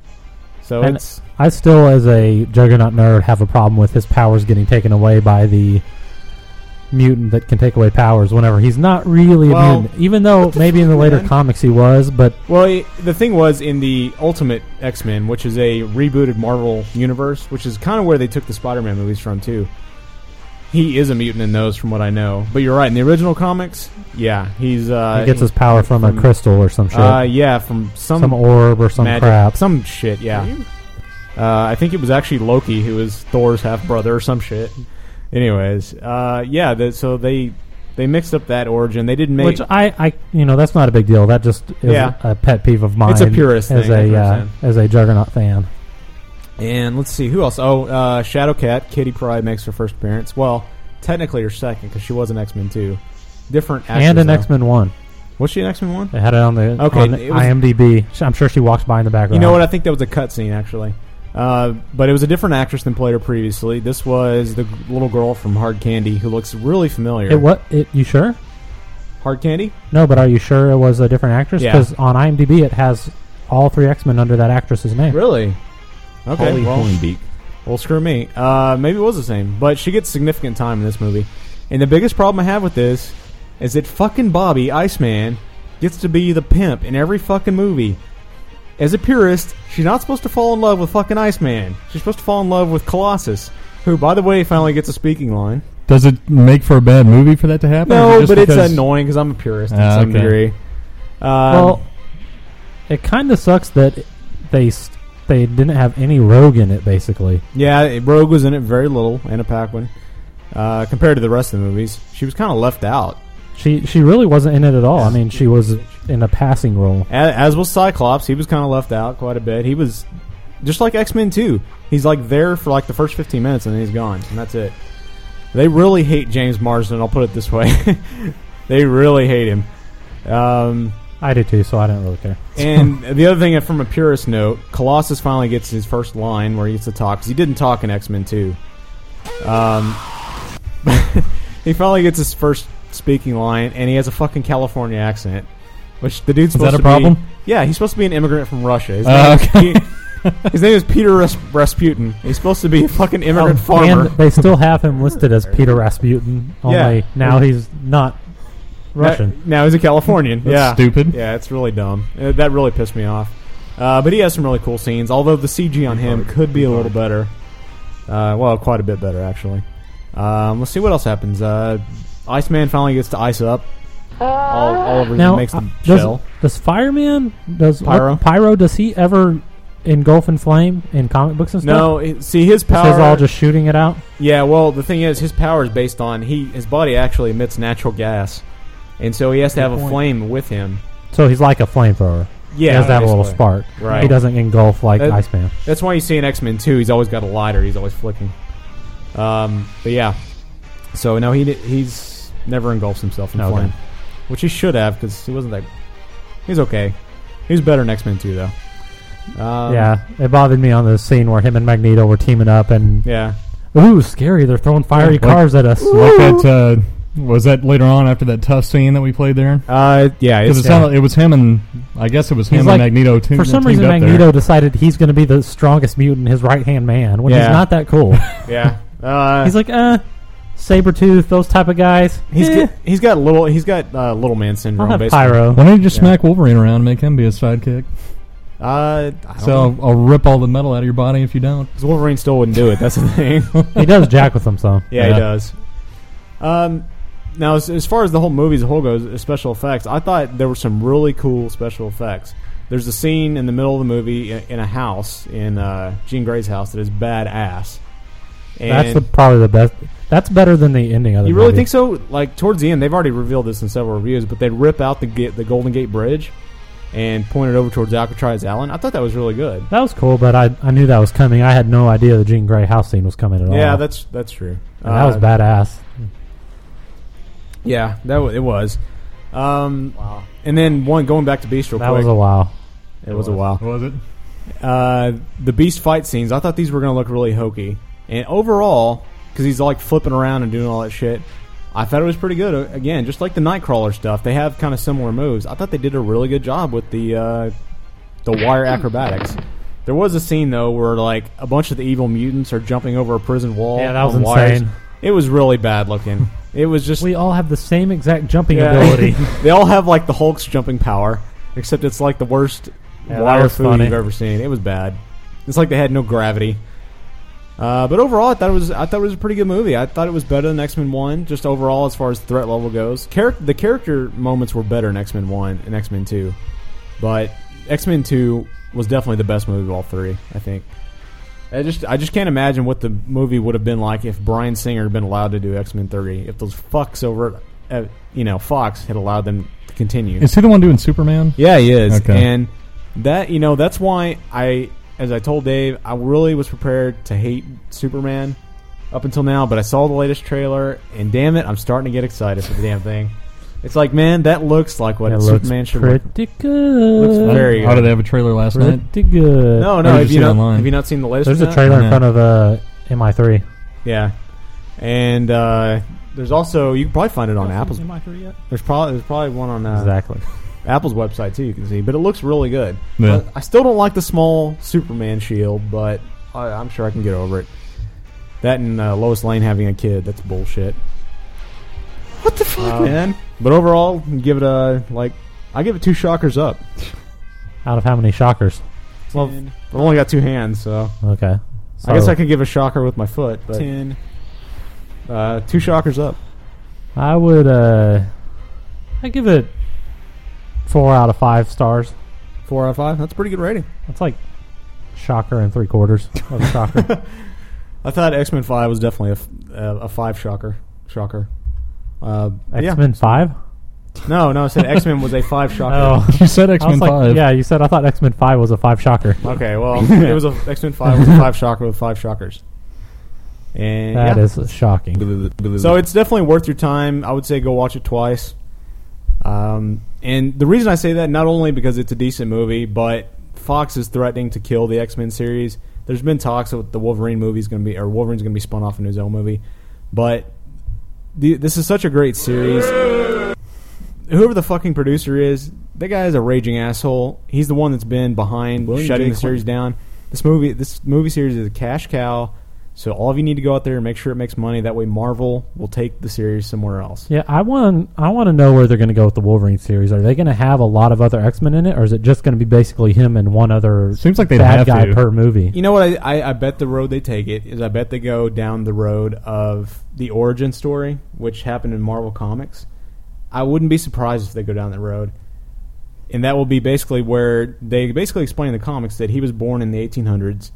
[SPEAKER 2] So
[SPEAKER 5] And
[SPEAKER 2] it's
[SPEAKER 5] I still, as a Juggernaut nerd, have a problem with his powers getting taken away by the mutant that can take away powers whenever he's not really
[SPEAKER 2] Well,
[SPEAKER 5] a mutant. Even though maybe in the later
[SPEAKER 2] man?
[SPEAKER 5] comics he was, but
[SPEAKER 2] Well, i the thing was in the Ultimate X Men, which is a rebooted Marvel universe, which is kind of where they took the Spider Man movies from too. He is a mutant in those, from what I know. But you're right in the original comics. Yeah, he's uh,
[SPEAKER 5] he gets his power from, a crystal or some shit,
[SPEAKER 2] Uh, yeah, from some,
[SPEAKER 5] some orb or some
[SPEAKER 2] magic,
[SPEAKER 5] crap.
[SPEAKER 2] some shit. Yeah, uh, I think it was actually Loki who was Thor's half brother or some shit. Anyways, uh, yeah, the, so they they mixed up that origin. They didn't make
[SPEAKER 5] which I, I, you know, that's not a big deal. That just is
[SPEAKER 2] Yeah.
[SPEAKER 5] a pet peeve of mine.
[SPEAKER 2] It's a purist
[SPEAKER 5] as
[SPEAKER 2] thing, I
[SPEAKER 5] a uh,
[SPEAKER 2] understand.
[SPEAKER 5] as a Juggernaut fan.
[SPEAKER 2] And let's see who else. Oh, uh, Shadowcat, Kitty Pryde makes her first appearance. Well, technically her second because she was an X Men too. Different actress,
[SPEAKER 5] and an
[SPEAKER 2] though.
[SPEAKER 5] X Men one.
[SPEAKER 2] Was she an X Men one?
[SPEAKER 5] They had it on the
[SPEAKER 2] Okay,
[SPEAKER 5] on
[SPEAKER 2] it was-
[SPEAKER 5] IMDb. Sh- I'm sure she walks by in the background.
[SPEAKER 2] You know what? I think that was a cutscene actually. Uh, but it was a different actress than played her previously. This was the g- little girl from Hard Candy who looks really familiar.
[SPEAKER 5] It what? It you sure?
[SPEAKER 2] Hard Candy?
[SPEAKER 5] No, but are you sure it was a different actress?
[SPEAKER 2] Yeah.
[SPEAKER 5] Because on IMDb it has all three X Men under that actress's name.
[SPEAKER 2] Really? Okay.
[SPEAKER 1] Holly
[SPEAKER 2] well,
[SPEAKER 1] Hornbeak.
[SPEAKER 2] Well, screw me. Uh, maybe it was the same, but she gets significant time in this movie. And the biggest problem I have with this is that fucking Bobby Iceman gets to be the pimp in every fucking movie. as a purist, she's not supposed to fall in love with fucking Iceman. She's supposed to fall in love with Colossus, who, by the way, finally gets a speaking line.
[SPEAKER 6] Does it make for a bad movie for that to happen? or is
[SPEAKER 2] No,
[SPEAKER 6] just
[SPEAKER 2] but it's
[SPEAKER 6] because-
[SPEAKER 2] annoying because I'm a purist to
[SPEAKER 6] Ah,
[SPEAKER 2] some
[SPEAKER 6] okay.
[SPEAKER 2] degree. Um,
[SPEAKER 5] well, it kind of sucks that they s- they didn't have any rogue in it. Basically,
[SPEAKER 2] yeah, it- Rogue was in it very little, Anna Paquin, uh, compared to the rest of the movies. She was kind of left out,
[SPEAKER 5] she she really wasn't in it at all. I mean, she was in a passing role.
[SPEAKER 2] A- as was Cyclops. He was kind of left out quite a bit. He was just like X Men Two. He's like there for like the first fifteen minutes and then he's gone, and that's it. They really hate James Marsden. I'll put it this way: they really hate him. Um,
[SPEAKER 5] I did too, so I didn't really care.
[SPEAKER 2] And the other thing, from a purist note, Colossus finally gets his first line where he gets to talk because he didn't talk in X Men Two. Um, he finally gets his first speaking line, and he has a fucking California accent, which the dude's
[SPEAKER 6] Is that
[SPEAKER 2] supposed
[SPEAKER 6] a
[SPEAKER 2] to
[SPEAKER 6] problem?
[SPEAKER 2] Be, yeah, he's supposed to be an immigrant from Russia. His
[SPEAKER 6] Uh,
[SPEAKER 2] name, he- his name is Peter Ras- Rasputin. He's supposed to be a fucking immigrant
[SPEAKER 6] Oh,
[SPEAKER 2] farmer.
[SPEAKER 5] Oh, And they still have him listed as Peter Rasputin. Only
[SPEAKER 2] Yeah.
[SPEAKER 5] now he's not Russian.
[SPEAKER 2] Now, now he's a Californian.
[SPEAKER 6] That's
[SPEAKER 2] yeah,
[SPEAKER 6] stupid.
[SPEAKER 2] Yeah, it's really dumb. Uh, That really pissed me off. Uh, but he has some really cool scenes. Although the CG on him could be a little better. Uh, well, quite a bit better actually. Um, let's see what else happens. Uh, Iceman finally gets to ice up. All, all over
[SPEAKER 5] Now
[SPEAKER 2] makes
[SPEAKER 5] uh,
[SPEAKER 2] the
[SPEAKER 5] does,
[SPEAKER 2] shell.
[SPEAKER 5] does Fireman does what-
[SPEAKER 2] Pyro?
[SPEAKER 5] Pyro does he ever engulf in flame in comic books and stuff?
[SPEAKER 2] No, it- see his
[SPEAKER 5] Is
[SPEAKER 2] power.
[SPEAKER 5] his all just shooting it out?
[SPEAKER 2] Yeah, well, the thing is, his power is based on he his body actually emits natural gas, and so he has to have a flame with him.
[SPEAKER 5] So he's like a flamethrower.
[SPEAKER 2] Yeah,
[SPEAKER 5] he has to have a little
[SPEAKER 2] basically.
[SPEAKER 5] spark.
[SPEAKER 2] Right.
[SPEAKER 5] He doesn't engulf like
[SPEAKER 2] That-
[SPEAKER 5] Iceman.
[SPEAKER 2] That's why you see in X Men Two, he's always got a lighter. He's always flicking. Um, but yeah, so no, he he's never engulfs himself in
[SPEAKER 5] Okay.
[SPEAKER 2] flame, which he should have because he wasn't that. He's okay. He was better in X Men Two though. Um,
[SPEAKER 5] yeah, it bothered me on the scene where him and Magneto were teaming up and
[SPEAKER 2] yeah.
[SPEAKER 5] ooh, scary! They're throwing fiery
[SPEAKER 6] Like-
[SPEAKER 5] cars at us.
[SPEAKER 6] Like that uh, was that later on after that tough scene that we played there
[SPEAKER 2] Uh, yeah.
[SPEAKER 6] because
[SPEAKER 2] It's,
[SPEAKER 6] it sounded it was him and I guess it was him
[SPEAKER 5] He's
[SPEAKER 6] and
[SPEAKER 5] like-
[SPEAKER 6] Magneto too.
[SPEAKER 5] For some reason, Magneto decided he's going to be the strongest mutant, his right hand man, which
[SPEAKER 2] Yeah.
[SPEAKER 5] is not that cool.
[SPEAKER 2] yeah. Uh,
[SPEAKER 5] he's
[SPEAKER 2] he's
[SPEAKER 5] like, uh, Sabretooth, those type of guys.
[SPEAKER 2] he's
[SPEAKER 5] eh,
[SPEAKER 2] got, he's got little he's got uh, little man syndrome.
[SPEAKER 5] I'll have
[SPEAKER 2] basically.
[SPEAKER 5] Pyro.
[SPEAKER 6] Why don't you just smack Wolverine around and make him be his sidekick?
[SPEAKER 2] Uh, I don't
[SPEAKER 6] So I'll, I'll rip all the metal out of your body if you don't.
[SPEAKER 2] know. Wolverine still wouldn't do it. That's the thing.
[SPEAKER 5] he does jack with them, so.
[SPEAKER 2] Yeah,
[SPEAKER 6] Yeah.
[SPEAKER 2] he does. Um, now, as, as far as the whole movie as a whole goes, uh, special effects, I thought there were some really cool special effects. There's a scene in the middle of the movie in, in a house, in uh, Jean Grey's house, that is badass. And
[SPEAKER 5] That's the, probably the best. That's better than the ending of the
[SPEAKER 2] you really
[SPEAKER 5] movie.
[SPEAKER 2] think so? Like towards the end, they've already revealed this in several reviews, but they rip out the ga- the Golden Gate Bridge and point it over towards Alcatraz Island. I thought that was really good.
[SPEAKER 5] That was cool, but I, I knew that was coming. I had no idea the Jean Grey house scene was coming at all.
[SPEAKER 2] Yeah, that's that's true.
[SPEAKER 5] And that was
[SPEAKER 2] Uh,
[SPEAKER 5] badass.
[SPEAKER 2] Yeah, that w- it was. Um, And then one going back to Beast real
[SPEAKER 5] That
[SPEAKER 2] quick.
[SPEAKER 5] was a wow.
[SPEAKER 2] It was a while.
[SPEAKER 6] Was it?
[SPEAKER 2] Uh, the Beast fight scenes, I thought these were going to look really hokey. And overall, because he's like flipping around and doing all that shit, I thought it was pretty good. Uh, Again, just like the Nightcrawler stuff, they have kind of similar moves. I thought they did a really good job with the uh, the wire acrobatics. There was a scene though where like a bunch of the evil mutants are jumping over a prison wall.
[SPEAKER 5] Yeah, that was
[SPEAKER 2] on wires.
[SPEAKER 5] insane.
[SPEAKER 2] It was really bad looking. It was just
[SPEAKER 5] We all have the same exact jumping
[SPEAKER 2] yeah.
[SPEAKER 5] ability.
[SPEAKER 2] they all have like the Hulk's jumping power, except it's like the worst
[SPEAKER 5] Yeah, that
[SPEAKER 2] wire
[SPEAKER 5] was
[SPEAKER 2] food
[SPEAKER 5] funny.
[SPEAKER 2] you've ever seen. It was bad. It's like they had no gravity. Uh, but overall, I thought it was I thought it was a pretty good movie. I thought it was better than X Men One, just overall as far as threat level goes. Charac- the character moments were better in X Men One and X Men Two, but X Men Two was definitely the best movie of all three. I think. I just I just can't imagine what the movie would have been like if Brian Singer had been allowed to do X Men Three. If those fucks over, at, uh, you know, Fox had allowed them to continue.
[SPEAKER 6] Is he the one doing Superman?
[SPEAKER 2] yeah, he is,
[SPEAKER 6] Okay.
[SPEAKER 2] and that you know that's why I, as I told Dave, I really was prepared to hate Superman up until now, but I saw the latest trailer, and damn it, I'm starting to get excited for the damn thing. It's like, man, that looks like what
[SPEAKER 5] it looks
[SPEAKER 2] Superman should look.
[SPEAKER 5] pretty good.
[SPEAKER 2] Looks very-
[SPEAKER 6] How did they have a trailer last night?
[SPEAKER 5] pretty good.
[SPEAKER 2] No, no,
[SPEAKER 6] Or did
[SPEAKER 2] have
[SPEAKER 6] you
[SPEAKER 2] you
[SPEAKER 6] see it
[SPEAKER 2] not,
[SPEAKER 6] online?
[SPEAKER 2] have you not seen the latest?
[SPEAKER 5] There's
[SPEAKER 2] one
[SPEAKER 5] a
[SPEAKER 2] out?
[SPEAKER 5] trailer in
[SPEAKER 6] Yeah.
[SPEAKER 5] front of uh, MI3.
[SPEAKER 2] Yeah, and uh, there's also you can probably find it on Apple's.
[SPEAKER 5] MI3 yet?
[SPEAKER 2] There's probably there's probably one on uh,
[SPEAKER 5] Exactly.
[SPEAKER 2] Apple's website too. You can see, but it looks really good.
[SPEAKER 6] Yeah.
[SPEAKER 2] But I still don't like the small Superman shield, but I, I'm sure I can get over it. That and uh, Lois Lane having a kid—that's bullshit. What the fuck, man? But overall, give it a like. I give it two shockers up.
[SPEAKER 5] Out of how many shockers?
[SPEAKER 2] Well,
[SPEAKER 10] Ten.
[SPEAKER 2] I've only got two hands, so
[SPEAKER 5] Okay.
[SPEAKER 2] I guess
[SPEAKER 5] So,
[SPEAKER 2] I could give a shocker with my foot. But
[SPEAKER 10] Ten.
[SPEAKER 2] uh, two shockers up.
[SPEAKER 5] I would. uh I give it four out of five stars.
[SPEAKER 2] Four out of five. That's a pretty good rating.
[SPEAKER 5] That's like shocker and three quarters of a shocker.
[SPEAKER 2] I thought X Men Five was definitely a, f- uh, a five shocker. Shocker. Uh, but
[SPEAKER 5] X Men Five.
[SPEAKER 2] Yeah. No, no. I said X Men was a five shocker.
[SPEAKER 5] Oh,
[SPEAKER 6] You said X
[SPEAKER 5] I was
[SPEAKER 6] Men
[SPEAKER 5] like,
[SPEAKER 6] Five.
[SPEAKER 5] yeah. You said I thought X Men Five was a five shocker.
[SPEAKER 2] Okay. Well, it was a X Men Five was a five shocker with five shockers. And
[SPEAKER 5] That
[SPEAKER 2] yeah.
[SPEAKER 5] is shocking.
[SPEAKER 2] So it's definitely worth your time. I would say go watch it twice. Um, and the reason I say that not only because it's a decent movie, but Fox is threatening to kill the X Men series. There's been talks that the Wolverine movie is going to be, or Wolverine's going to be spun off into his own movie. But the, this is such a great series. Whoever the fucking producer is, that guy is a raging asshole. He's the one that's been behind
[SPEAKER 10] William
[SPEAKER 2] shutting
[SPEAKER 10] J.
[SPEAKER 2] the series down. This movie, this movie series is a cash cow. So all of you need to go out there and make sure it makes money. That way, Marvel will take the series somewhere else.
[SPEAKER 5] Yeah, I want I want to know where they're going to go with the Wolverine series. Are they going to have a lot of other X Men in it, or is it just going to be basically him and one other
[SPEAKER 6] Seems like they'd
[SPEAKER 5] bad
[SPEAKER 6] have
[SPEAKER 5] guy
[SPEAKER 6] to.
[SPEAKER 5] per movie?
[SPEAKER 2] You know what? I, I, I bet the road they take it is I bet they go down the road of the origin story, which happened in Marvel Comics. I wouldn't be surprised if they go down that road. And that will be basically where they basically explain in the comics that he was born in the 1800s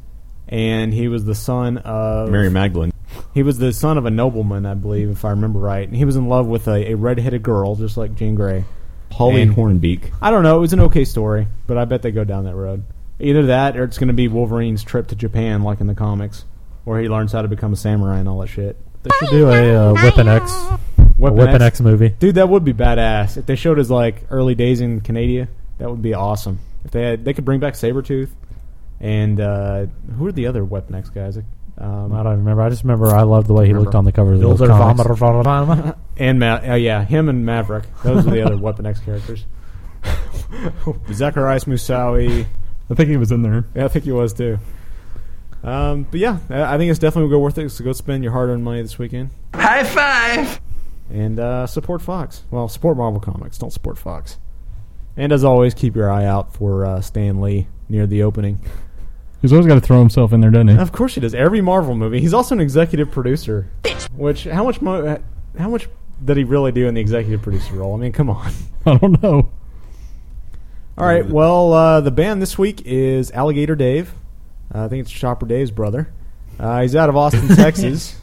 [SPEAKER 2] and he was the son of
[SPEAKER 10] Mary Magdalene.
[SPEAKER 2] he was the son of a nobleman, I believe, if I remember right. And he was in love with a, a redheaded girl, just like Jean Grey.
[SPEAKER 10] Holly
[SPEAKER 2] And-
[SPEAKER 10] Hornbeak.
[SPEAKER 2] I don't know. It was an okay story, but I bet they go down that road. Either that, or it's going to be Wolverine's trip to Japan, like in the comics, where he learns how to become a samurai and all that shit.
[SPEAKER 5] They should do a uh, Weapon X, a
[SPEAKER 2] Weapon,
[SPEAKER 5] Weapon
[SPEAKER 2] X.
[SPEAKER 5] X movie.
[SPEAKER 2] dude, that would be badass. If they showed his like early days in Canada, that would be awesome. If they had, they could bring back Sabretooth, and uh, who are the other Weapon X guys? Um,
[SPEAKER 5] I don't remember. I just remember I loved the way he
[SPEAKER 2] Remember.
[SPEAKER 5] looked on the cover of
[SPEAKER 2] Those
[SPEAKER 5] those
[SPEAKER 2] are
[SPEAKER 5] comics.
[SPEAKER 2] And Ma- oh yeah, him and Maverick. Those are the other Weapon X characters. Zacharias Musawi.
[SPEAKER 6] I think he was in there.
[SPEAKER 2] Yeah, I think he was too. Um, but yeah, I I think it's definitely go worth it to go spend your hard-earned money this weekend
[SPEAKER 7] High five!
[SPEAKER 2] and uh, support Fox. Well, support Marvel Comics. Don't support Fox. And as always, keep your eye out for uh, Stan Lee near the opening.
[SPEAKER 6] He's always got to throw himself in there, doesn't he?
[SPEAKER 2] And of course, he does every Marvel movie. He's also an executive producer. Which how much mo- uh, how much did he really do in the executive producer role? I mean, come on.
[SPEAKER 6] I don't know.
[SPEAKER 2] All right. Well, uh, the band this week is Alligator Dave. Uh, I think it's Chopper Dave's brother. Uh, he's out of Austin, Texas.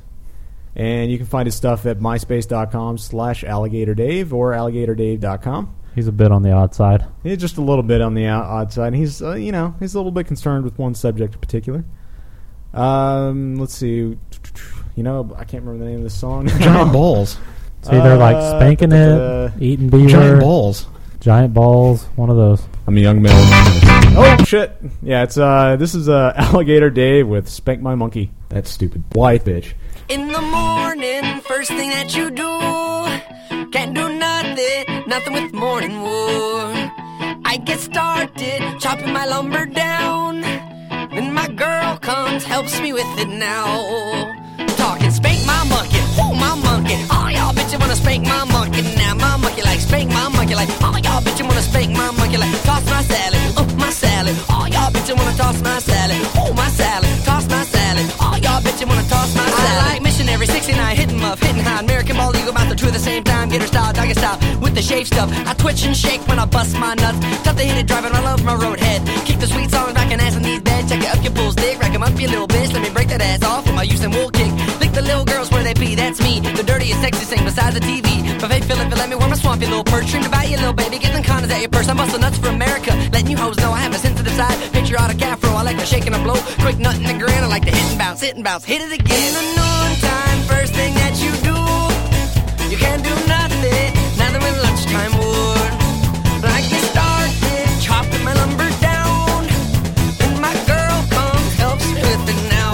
[SPEAKER 2] And you can find his stuff at myspace.com slash alligator dave or alligatordave.com.
[SPEAKER 5] He's a bit on the odd side.
[SPEAKER 2] He's just a little bit on the out- odd side. and He's, uh, you know, he's a little bit concerned with one subject in particular. Um, let's see. You know, I can't remember the name of this song.
[SPEAKER 10] Giant balls.
[SPEAKER 5] See, they're like
[SPEAKER 2] Uh,
[SPEAKER 5] spanking
[SPEAKER 2] uh,
[SPEAKER 5] it, eating beer,
[SPEAKER 10] Giant balls.
[SPEAKER 5] giant balls, one of those.
[SPEAKER 10] I'm a young male.
[SPEAKER 2] oh, shit. Yeah, it's uh, this is uh, Alligator Dave with Spank My Monkey.
[SPEAKER 10] That's stupid. White bitch.
[SPEAKER 11] In the morning, first thing that you do, can't do nothing, nothing with morning wood. I get started chopping my lumber down, then my girl comes, helps me with it now. Talking, spank my monkey, whoo my monkey. All y'all bitches wanna spank my monkey now. My monkey like spank my monkey like. All y'all bitches wanna spank my monkey like. Toss my salad, up my Oh, salad. All y'all bitches wanna toss my salad, whoo my salad. Toss my salad. All y'all bitches wanna toss my salad. I like missionary 69, hitting up, hitting high. American ball eagle about the two at the same time. Gator style, doggy style, with the shave stuff. I twitch and shake when I bust my nuts. Tough to hit it, driving all over my road head. Kick the sweet songs back and ass in these beds. Check it up your bull's dick, rack 'em up your little bitch. Let me break that ass off with my use and wool kick. Lick the little girls where they be, that's me. The dirtiest, sexiest thing besides the TV. But hey, Philip, let me wear my swampy little perch. Dreamed about you, little baby. Get them condoms out your purse. I'm busting nuts for America. Letting you hoes know I have a sensitive side. Patriotic afro, I like to shake and a blow. Quick nut in the grin, I like to hit and bounce, hit and bounce, hit it again. In the noontime, first thing that you do, you can't do nothing. Neither when lunchtime would. Like you started, chopping my lumber down. And my girl comes, helps me with it now.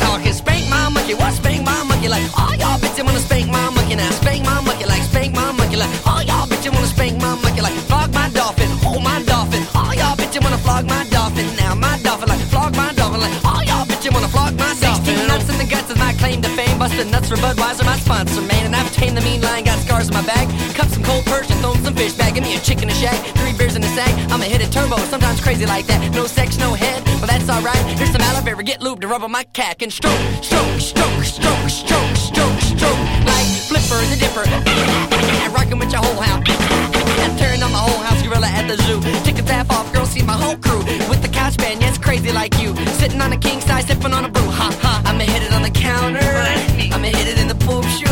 [SPEAKER 11] Talking spank my monkey, what spank my monkey like? Oh, All y'all bitches wanna spank my monkey now. Spank my monkey like, spank my monkey like. Oh, All y'all bitches wanna spank my monkey like. Flog my dolphin, oh my dolphin. All y'all bitches wanna flog my dolphin now. My dolphin like, flog my dolphin like. All y'all bitches wanna flog my dolphin. 16 nuts in the guts is my claim to fame. Busted nuts for Budweiser, my sponsor, man. And I've tamed the mean line, got scars in my back. Cup some cold perch and thrown some
[SPEAKER 9] fish bag, give me a chicken, a shack, three beers in a sack. I'ma hit a turbo, sometimes crazy like that. No sex, no head, well that's alright. Here's some aloe vera, get lube to rub on my cack and stroke, stroke, stroke, stroke, stroke, stroke, stroke. Like flipper and the dipper, and rockin' with your whole house. And tearing on my whole house, gorilla at the zoo. Tickets half off, girl, see my whole crew. With the couch band, yes, crazy like you. Sitting on a king size, sipping on a brew. Ha ha, I'ma hit it on the counter. I'ma hit it in the poop shoe.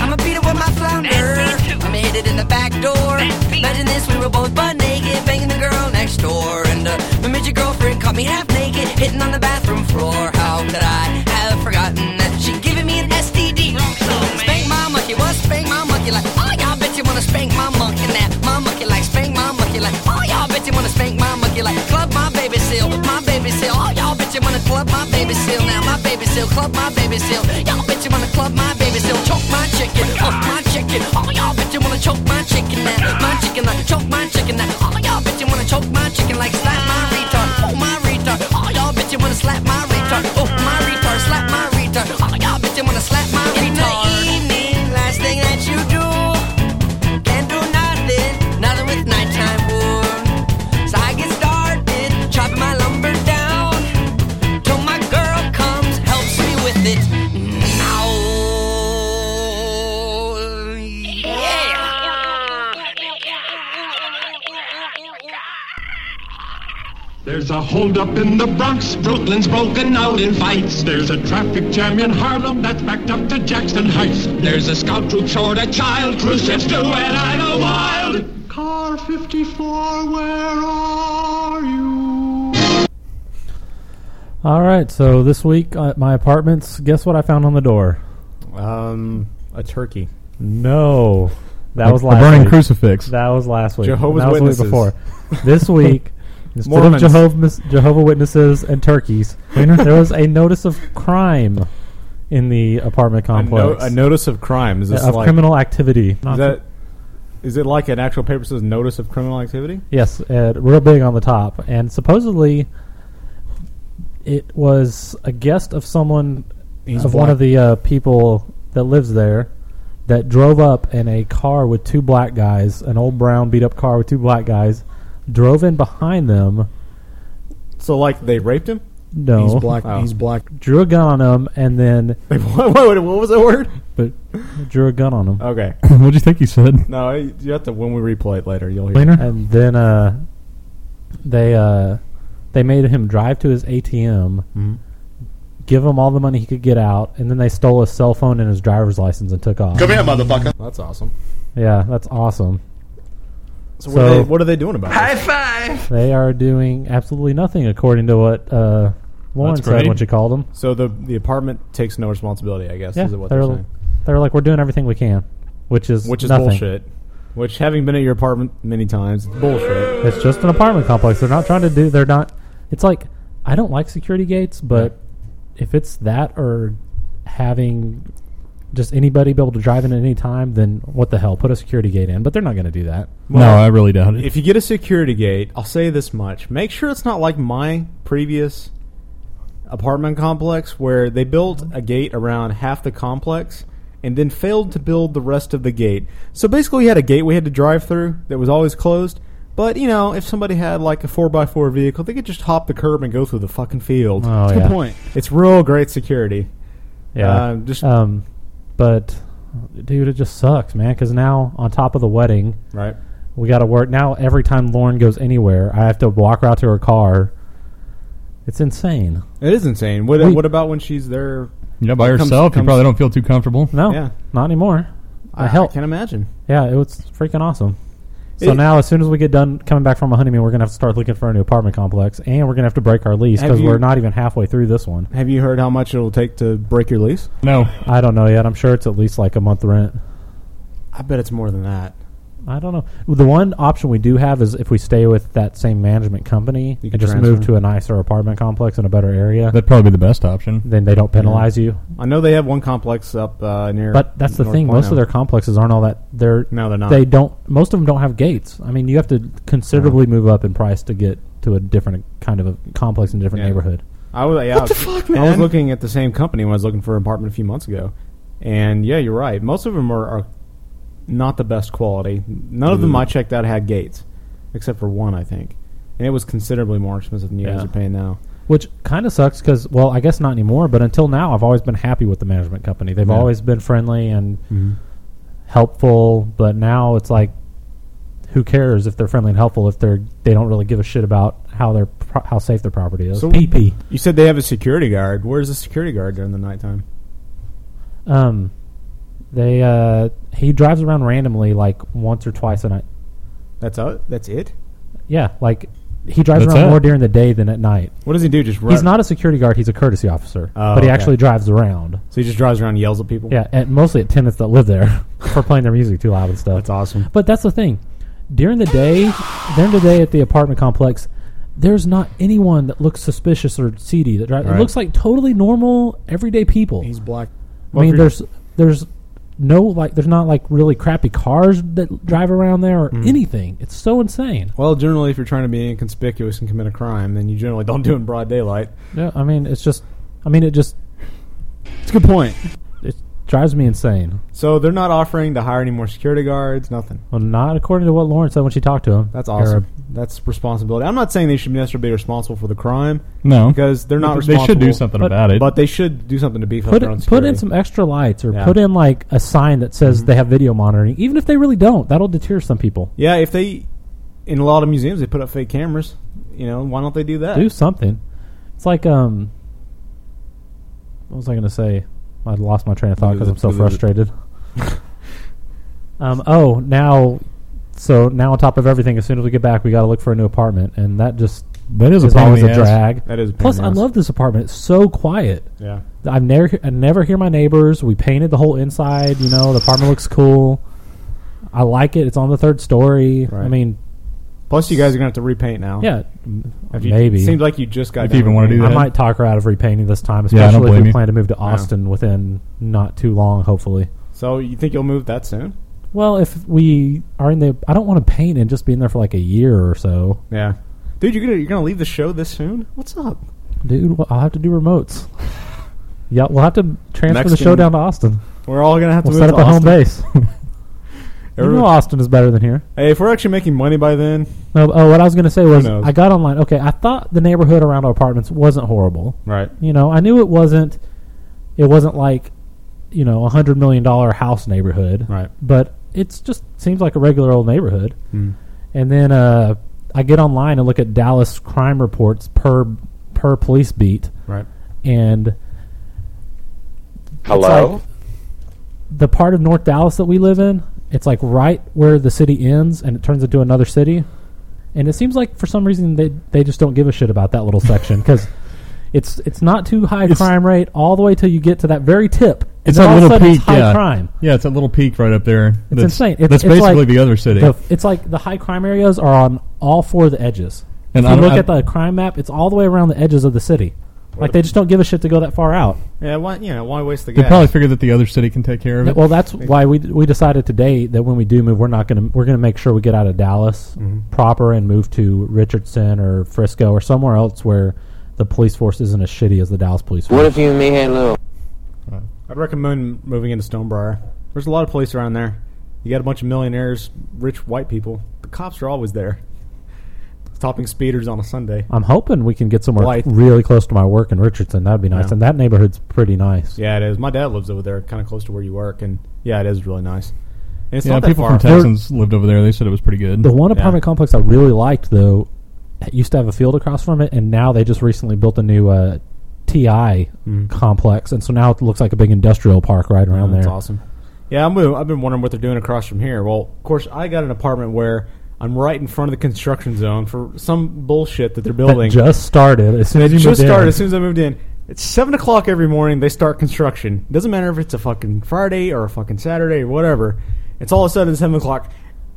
[SPEAKER 9] I'ma beat it with my flounder. I'ma hit it in the back door. Imagine this, we were both butt naked, banging the girl next door. And uh, my midget girlfriend caught me half naked, hitting on the bathroom floor. How could I have forgotten that she giving me an STD? Spank my monkey, what spank my monkey like? Oh, y'all bet you wanna spank my monkey now. My monkey like, spank my monkey like. Oh, y'all bet you wanna spank my monkey like. Club my baby seal, my baby seal. Oh, y'all bet you wanna club my baby seal now. My baby seal, club my baby seal. Y'all bet you wanna club my baby seal. Choke my chicken, oh, my chicken. Oh, y'all bet you wanna choke my chicken now. My chicken like, choke my chicken now. Oh, y'all bet you wanna choke my chicken like. Slap my retard, oh, my retard. Oh, y'all bet you wanna slap my retard. Oh, my retard, slap my retard. Oh, y'all bet you wanna slap my retard. In the evening, last thing that you do. Can't do nothing, nothing with nighttime wood. So I get started, chopping my lumber down. Till my girl comes, helps me with it. Now, yeah.
[SPEAKER 12] There's a holdup in the Bronx. Brooklyn's broken out in fights. There's a traffic jam in Harlem that's backed up to Jackson Heights. There's a scout troop short a child. Khrushchev's doing idle wild. Car 54, where are you?
[SPEAKER 5] All right, so this week at my apartments, guess what I found on the door?
[SPEAKER 2] Um, a turkey.
[SPEAKER 5] No, that
[SPEAKER 2] A-
[SPEAKER 5] was
[SPEAKER 2] a
[SPEAKER 5] last
[SPEAKER 2] burning
[SPEAKER 5] week.
[SPEAKER 2] crucifix.
[SPEAKER 5] That was last week.
[SPEAKER 2] Jehovah's
[SPEAKER 5] that was the
[SPEAKER 2] Witnesses.
[SPEAKER 5] Week before this week, instead
[SPEAKER 2] Mormons.
[SPEAKER 5] of Jehovah's Jehovah Witnesses and turkeys, there was a notice of crime in the apartment
[SPEAKER 2] A, no,
[SPEAKER 5] complex.
[SPEAKER 2] a notice of crime. Is this
[SPEAKER 5] Yeah, of
[SPEAKER 2] like,
[SPEAKER 5] criminal activity.
[SPEAKER 2] Is that? Is it like an actual paper that says notice of criminal activity?
[SPEAKER 5] Yes, uh, real big on the top, and supposedly it was a guest of someone
[SPEAKER 2] He's
[SPEAKER 5] of
[SPEAKER 2] black.
[SPEAKER 5] one of the uh, people that lives there that drove up in a car with two black guys, an old brown beat up car with two black guys, drove in behind them.
[SPEAKER 2] So like they raped him?
[SPEAKER 5] No,
[SPEAKER 2] He's black- Oh. he's
[SPEAKER 5] black. Drew a gun on him, and then
[SPEAKER 2] what, what, what was that word?
[SPEAKER 5] But drew a gun on him.
[SPEAKER 2] Okay.
[SPEAKER 5] what do you think he said?
[SPEAKER 2] No, you have to when we replay it later. You'll hear.
[SPEAKER 5] And then uh, they uh, they made him drive to his ATM,
[SPEAKER 2] Mm-hmm.
[SPEAKER 5] give him all the money he could get out, and then they stole his cell phone and his driver's license and took off.
[SPEAKER 2] motherfucker. That's awesome.
[SPEAKER 5] Yeah, that's awesome.
[SPEAKER 2] So, what, are they, what are they doing about it?
[SPEAKER 9] five.
[SPEAKER 5] They are doing absolutely nothing, according to what uh, Lauren
[SPEAKER 2] That's
[SPEAKER 5] said
[SPEAKER 2] great.
[SPEAKER 5] when she called him.
[SPEAKER 2] So the the apartment takes no responsibility. I guess
[SPEAKER 5] Yeah,
[SPEAKER 2] is what they're,
[SPEAKER 5] they're
[SPEAKER 2] saying,
[SPEAKER 5] they're like we're doing everything we can, which is
[SPEAKER 2] which is
[SPEAKER 5] nothing.
[SPEAKER 2] bullshit. Which having been at your apartment many times, it's bullshit.
[SPEAKER 5] It's just an apartment complex. They're not trying to do. They're not. It's like I don't like security gates, but if it's that or having just anybody be able to drive in at any time, then what the hell? Put a security gate in. But they're not going to do that.
[SPEAKER 2] Well,
[SPEAKER 6] I really doubt it.
[SPEAKER 2] If you get a security gate, I'll say this much: make sure it's not like my previous apartment complex where they built a gate around half the complex and then failed to build the rest of the gate. So basically, we had a gate we had to drive through that was always closed. But you know, if somebody had like a four x four vehicle, they could just hop the curb and go through the fucking field.
[SPEAKER 5] Oh,
[SPEAKER 2] That's a
[SPEAKER 5] yeah.
[SPEAKER 2] good point. It's real great security.
[SPEAKER 5] Yeah.
[SPEAKER 2] Uh, just
[SPEAKER 5] um, but dude, it just sucks, man. Because now on top of the wedding,
[SPEAKER 2] right?
[SPEAKER 5] We got to work now. Every time Lauren goes anywhere, I have to walk her out to her car. It's insane.
[SPEAKER 2] It is insane. What,
[SPEAKER 5] We-
[SPEAKER 2] what about when she's there?
[SPEAKER 5] You know, by
[SPEAKER 2] comes-
[SPEAKER 5] herself, you
[SPEAKER 2] comes-
[SPEAKER 5] probably
[SPEAKER 6] I don't feel too comfortable.
[SPEAKER 5] No,
[SPEAKER 2] Yeah.
[SPEAKER 5] not anymore.
[SPEAKER 2] I, I can't imagine.
[SPEAKER 5] Yeah, it was freaking awesome. So
[SPEAKER 2] It-
[SPEAKER 5] now, as soon as we get done coming back from a honeymoon, we're gonna have to start looking for a new apartment complex, and we're gonna have to break our lease
[SPEAKER 2] Have
[SPEAKER 5] because
[SPEAKER 2] you-
[SPEAKER 5] we're not even halfway through this one.
[SPEAKER 2] Have you heard how much it'll take to break your lease?
[SPEAKER 5] No, I don't know yet. I'm sure it's at least like a month rent.
[SPEAKER 2] I bet it's more than that.
[SPEAKER 5] I don't know. The one option we do have is if we stay with that same management company
[SPEAKER 2] You
[SPEAKER 5] and
[SPEAKER 2] can
[SPEAKER 5] just
[SPEAKER 2] transfer.
[SPEAKER 5] move to a nicer apartment complex in a better area.
[SPEAKER 6] That'd probably be the best option.
[SPEAKER 5] Then they don't penalize you.
[SPEAKER 2] I know they have one complex up uh, near.
[SPEAKER 5] But that's the
[SPEAKER 2] North
[SPEAKER 5] thing. Most
[SPEAKER 2] Plano.
[SPEAKER 5] of their complexes aren't all that. They're
[SPEAKER 2] No, they're not.
[SPEAKER 5] They don't. Most of them don't have gates. I mean, you have to considerably move up in price to get to a different kind of a complex in a different
[SPEAKER 2] Yeah.
[SPEAKER 5] neighborhood.
[SPEAKER 2] I was yeah,
[SPEAKER 5] What the
[SPEAKER 2] I-
[SPEAKER 5] fuck,
[SPEAKER 2] I was
[SPEAKER 5] man?
[SPEAKER 2] looking at the same company when I was looking for an apartment a few months ago, and yeah, you're right. Most of them are, are not the best quality. None of them I checked out had gates, except for one, I think, and it was considerably more expensive than you guys
[SPEAKER 5] Yeah.
[SPEAKER 2] are paying now.
[SPEAKER 5] Which kind of sucks because, well, I guess not anymore, but until now, I've always been happy with the management company. They've
[SPEAKER 2] Yeah.
[SPEAKER 5] always been friendly and
[SPEAKER 2] Mhm.
[SPEAKER 5] helpful, but now it's like, who cares if they're friendly and helpful if they're they don't really give a shit about how their pro- how safe their property is?
[SPEAKER 2] PP. You said they have a security guard. Where's the security guard during the nighttime?
[SPEAKER 5] Um, they uh, he drives around randomly like once or twice a night.
[SPEAKER 2] That's it. That's it.
[SPEAKER 5] Yeah, like he drives
[SPEAKER 2] That's
[SPEAKER 5] around
[SPEAKER 2] it?
[SPEAKER 5] more during the day than at night.
[SPEAKER 2] What does he do? Just
[SPEAKER 5] He's
[SPEAKER 2] run-
[SPEAKER 5] not a security guard. He's a courtesy officer,
[SPEAKER 2] Oh,
[SPEAKER 5] but he
[SPEAKER 2] okay.
[SPEAKER 5] actually drives around.
[SPEAKER 2] So he just drives around, and yells at people.
[SPEAKER 5] Yeah, and mostly at tenants that live there for playing their music too loud and stuff. That's
[SPEAKER 2] awesome.
[SPEAKER 5] But that's the thing. During the day, during the day at the apartment complex, there's not anyone that looks suspicious or seedy. That drives. It
[SPEAKER 2] Right.
[SPEAKER 5] looks like totally normal, everyday people.
[SPEAKER 2] He's black.
[SPEAKER 5] I mean, there's there's no like there's not like really crappy cars that drive around there or anything. It's so insane.
[SPEAKER 2] Well, generally, if you're trying to be inconspicuous and commit a crime, then you generally don't do it in broad daylight.
[SPEAKER 5] Yeah, I mean, it's just, I mean, it just.
[SPEAKER 2] It's a good point.
[SPEAKER 5] It drives me insane.
[SPEAKER 2] So they're not offering to hire any more security guards. Nothing.
[SPEAKER 5] Well, not according to what Lauren said when she talked to him.
[SPEAKER 2] That's
[SPEAKER 5] Or-
[SPEAKER 2] awesome. That's responsibility. I'm not saying they should necessarily be responsible for the crime.
[SPEAKER 5] No.
[SPEAKER 2] because they're not.
[SPEAKER 5] They should
[SPEAKER 2] responsible.
[SPEAKER 5] do something But- about it.
[SPEAKER 2] But they should do something to beef up
[SPEAKER 5] put
[SPEAKER 2] their own
[SPEAKER 5] put in
[SPEAKER 2] security.
[SPEAKER 5] some extra lights or
[SPEAKER 2] Yeah. Mm-hmm.
[SPEAKER 5] put in like a sign that says they have video monitoring, even if they really don't. That'll deter some people.
[SPEAKER 2] yeah, if they in a lot of museums they put up fake cameras. You know, why don't they do that?
[SPEAKER 5] Do something. It's like um, what was I going to say? I lost my train of thought because I'm so frustrated. um. Oh, now, so now on top of everything, as soon as we get back, we got to look for a new apartment, and that just
[SPEAKER 6] That is a pain in
[SPEAKER 5] always
[SPEAKER 6] the
[SPEAKER 5] a
[SPEAKER 6] ass.
[SPEAKER 5] drag.
[SPEAKER 6] That is a pain
[SPEAKER 5] Plus,
[SPEAKER 6] in
[SPEAKER 5] I
[SPEAKER 6] the ass.
[SPEAKER 5] love this apartment. It's so quiet.
[SPEAKER 2] Yeah.
[SPEAKER 5] I've never I never hear my neighbors. We painted the whole inside. You know, the apartment looks cool. I like it. It's on the third story. I mean,
[SPEAKER 2] Plus, you guys are gonna have to repaint now.
[SPEAKER 5] Yeah,
[SPEAKER 2] If you-
[SPEAKER 5] maybe.
[SPEAKER 2] Seems like you just got. done with
[SPEAKER 5] I
[SPEAKER 2] repainting.
[SPEAKER 5] might talk her out of repainting this time,
[SPEAKER 2] Yeah, I don't
[SPEAKER 5] especially if
[SPEAKER 2] blame
[SPEAKER 5] we
[SPEAKER 2] you.
[SPEAKER 5] plan to move to
[SPEAKER 2] Yeah.
[SPEAKER 5] Austin within not too long, hopefully.
[SPEAKER 2] So you think you'll move that soon?
[SPEAKER 5] Well, if we are in the, I don't want to paint and just be in there for like a year or so,
[SPEAKER 2] Yeah, dude, you're gonna you're gonna leave the show this soon? What's up?
[SPEAKER 5] dude. Well, I'll have to do remotes. yeah, we'll have to transfer the
[SPEAKER 2] Mexican-
[SPEAKER 5] show down to Austin.
[SPEAKER 2] We're all gonna have to
[SPEAKER 5] We'll
[SPEAKER 2] move
[SPEAKER 5] set up
[SPEAKER 2] to
[SPEAKER 5] a home base.
[SPEAKER 2] Austin.
[SPEAKER 5] you know,
[SPEAKER 2] Everyone-
[SPEAKER 5] Austin is better than here.
[SPEAKER 2] Hey, if we're actually making money by then,
[SPEAKER 5] No, oh, what I was going to say was
[SPEAKER 2] knows?
[SPEAKER 5] I got online. Okay, I thought the neighborhood around our apartments wasn't horrible.
[SPEAKER 2] Right.
[SPEAKER 5] You know, I knew it wasn't. It wasn't like, you know, a hundred million dollar house neighborhood.
[SPEAKER 2] Right.
[SPEAKER 5] But it's just seems like a regular old neighborhood.
[SPEAKER 2] Hmm.
[SPEAKER 5] And then uh, I get online and look at Dallas crime reports per per police beat.
[SPEAKER 2] Right.
[SPEAKER 5] And
[SPEAKER 13] Hello?
[SPEAKER 5] it's like the part of North Dallas that we live in, it's like right where the city ends and it turns into another city. And it seems like for some reason they they just don't give a shit about that little section because it's it's not too high crime rate all the way till you get to that very tip. and
[SPEAKER 6] It's
[SPEAKER 5] then
[SPEAKER 6] that
[SPEAKER 5] all of a
[SPEAKER 6] little
[SPEAKER 5] sudden
[SPEAKER 6] peak.
[SPEAKER 5] it's high
[SPEAKER 6] yeah.
[SPEAKER 5] crime.
[SPEAKER 6] Yeah, it's that little peak right up there.
[SPEAKER 5] It's
[SPEAKER 6] that's,
[SPEAKER 5] insane. It's,
[SPEAKER 6] that's
[SPEAKER 5] it's
[SPEAKER 6] basically
[SPEAKER 5] like
[SPEAKER 6] the other city.
[SPEAKER 5] the- it's like the high crime areas are on all four of the edges.
[SPEAKER 6] And
[SPEAKER 5] if
[SPEAKER 6] I
[SPEAKER 5] you
[SPEAKER 6] don't-
[SPEAKER 5] look
[SPEAKER 6] I-
[SPEAKER 5] at the crime map, it's all the way around the edges of the city. Like they just don't give a shit to go that far out.
[SPEAKER 2] yeah, why you know why waste the
[SPEAKER 6] they
[SPEAKER 2] gas?
[SPEAKER 6] probably figured that the other city can take care of it.
[SPEAKER 5] Well, that's why we we decided today that when we do move, we're not going to we're going to make sure we get out of Dallas
[SPEAKER 2] Mm-hmm.
[SPEAKER 5] proper and move to Richardson or Frisco or somewhere else where the police force isn't as shitty as the Dallas police force.
[SPEAKER 13] you and me had a little?
[SPEAKER 2] I'd recommend moving into Stonebriar. There's a lot of police around there. You got a bunch of millionaires, rich white people. The cops are always there, stopping speeders on a Sunday.
[SPEAKER 5] I'm hoping we can get somewhere
[SPEAKER 2] Blythe.
[SPEAKER 5] really close to my work in Richardson. That'd be nice,
[SPEAKER 2] Yeah.
[SPEAKER 5] and that neighborhood's pretty nice.
[SPEAKER 2] Yeah, it is. My dad lives over there, kind of close to where you work, and yeah, it is really nice. And it's
[SPEAKER 6] yeah,
[SPEAKER 2] not that
[SPEAKER 6] people
[SPEAKER 2] far.
[SPEAKER 6] from Texans lived over there. They said it was pretty good.
[SPEAKER 5] The one apartment complex I really liked though it used to have a field across from it, and now they just recently built a new uh, TI complex, and so now it looks like a big industrial park right
[SPEAKER 2] Yeah, Mm-hmm.
[SPEAKER 5] around
[SPEAKER 2] Oh, that's
[SPEAKER 5] there.
[SPEAKER 2] awesome. Yeah, I'm, I've been wondering what they're doing across from here. Well, of course, I got an apartment where I'm right in front of the construction zone for some bullshit that they're building.
[SPEAKER 5] That just started as soon
[SPEAKER 2] They
[SPEAKER 5] as you
[SPEAKER 2] just
[SPEAKER 5] moved in.
[SPEAKER 2] started as soon as I moved in. It's seven o'clock every morning. They start construction. Doesn't matter if it's a fucking Friday or a fucking Saturday or whatever. It's all of a sudden seven o'clock.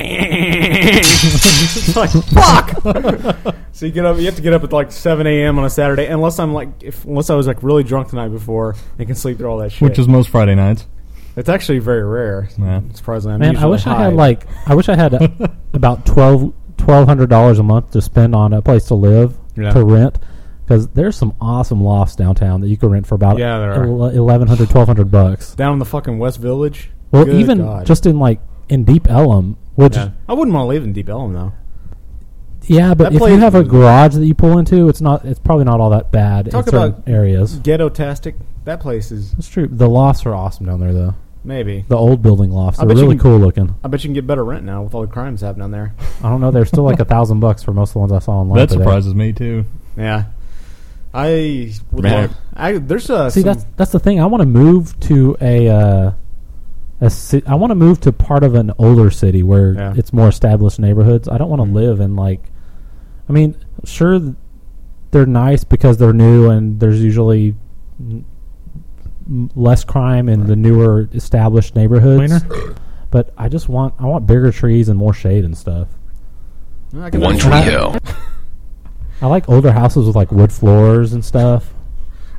[SPEAKER 2] it's like fuck. so you get up. You have to get up at like seven a.m. on a Saturday, unless I'm like, if, unless I was like really drunk the night before and can sleep through all that shit.
[SPEAKER 6] which is most Friday nights.
[SPEAKER 2] It's actually very rare.
[SPEAKER 6] Yeah.
[SPEAKER 2] Surprisingly, I'm
[SPEAKER 5] Man, I
[SPEAKER 2] usually
[SPEAKER 5] wish I
[SPEAKER 2] high.
[SPEAKER 5] had like I wish I had uh, about twelve twelve hundred dollars a month to spend on a place to live
[SPEAKER 2] Yeah.
[SPEAKER 5] to rent because there's some awesome lofts downtown that you can rent for about
[SPEAKER 2] Yeah, there are.
[SPEAKER 5] ele- 1100 1200 bucks.
[SPEAKER 2] down in the fucking West Village.
[SPEAKER 5] Well,
[SPEAKER 2] Good
[SPEAKER 5] even
[SPEAKER 2] God.
[SPEAKER 5] just in like in Deep Ellum, which
[SPEAKER 2] Yeah. I wouldn't want to live in Deep Ellum though.
[SPEAKER 5] yeah, but
[SPEAKER 2] That
[SPEAKER 5] if
[SPEAKER 2] place
[SPEAKER 5] you have a
[SPEAKER 2] was-
[SPEAKER 5] garage that you pull into, it's not. It's probably not all that bad
[SPEAKER 2] Talk
[SPEAKER 5] in certain
[SPEAKER 2] about
[SPEAKER 5] areas.
[SPEAKER 2] Ghetto-tastic. That place is
[SPEAKER 5] That's true. The lofts are awesome down there, though.
[SPEAKER 2] Maybe.
[SPEAKER 5] the old building lofts
[SPEAKER 2] I
[SPEAKER 5] are
[SPEAKER 2] bet you
[SPEAKER 5] really
[SPEAKER 2] can-
[SPEAKER 5] cool looking.
[SPEAKER 2] I bet you can get better rent now with all the crimes happening down there.
[SPEAKER 5] I don't know. They're still like a thousand bucks for most of the ones I saw online.
[SPEAKER 2] That
[SPEAKER 5] today.
[SPEAKER 2] surprises
[SPEAKER 6] me too.
[SPEAKER 2] Yeah, I would.
[SPEAKER 5] Man.
[SPEAKER 2] love- I there's a
[SPEAKER 5] See,
[SPEAKER 2] some-
[SPEAKER 5] that's that's the thing. I want to move to a, uh, a ci- I want to move to part of an older city where
[SPEAKER 2] Yeah. Mm-hmm.
[SPEAKER 5] it's more established neighborhoods. I don't want to live in like, I mean, sure, th- they're nice because they're new and there's usually n- m- less crime in the newer established neighborhoods. But I just want I want bigger trees and more shade and stuff.
[SPEAKER 2] I can-
[SPEAKER 4] One tree hill.
[SPEAKER 5] I like older houses with like wood floors and stuff.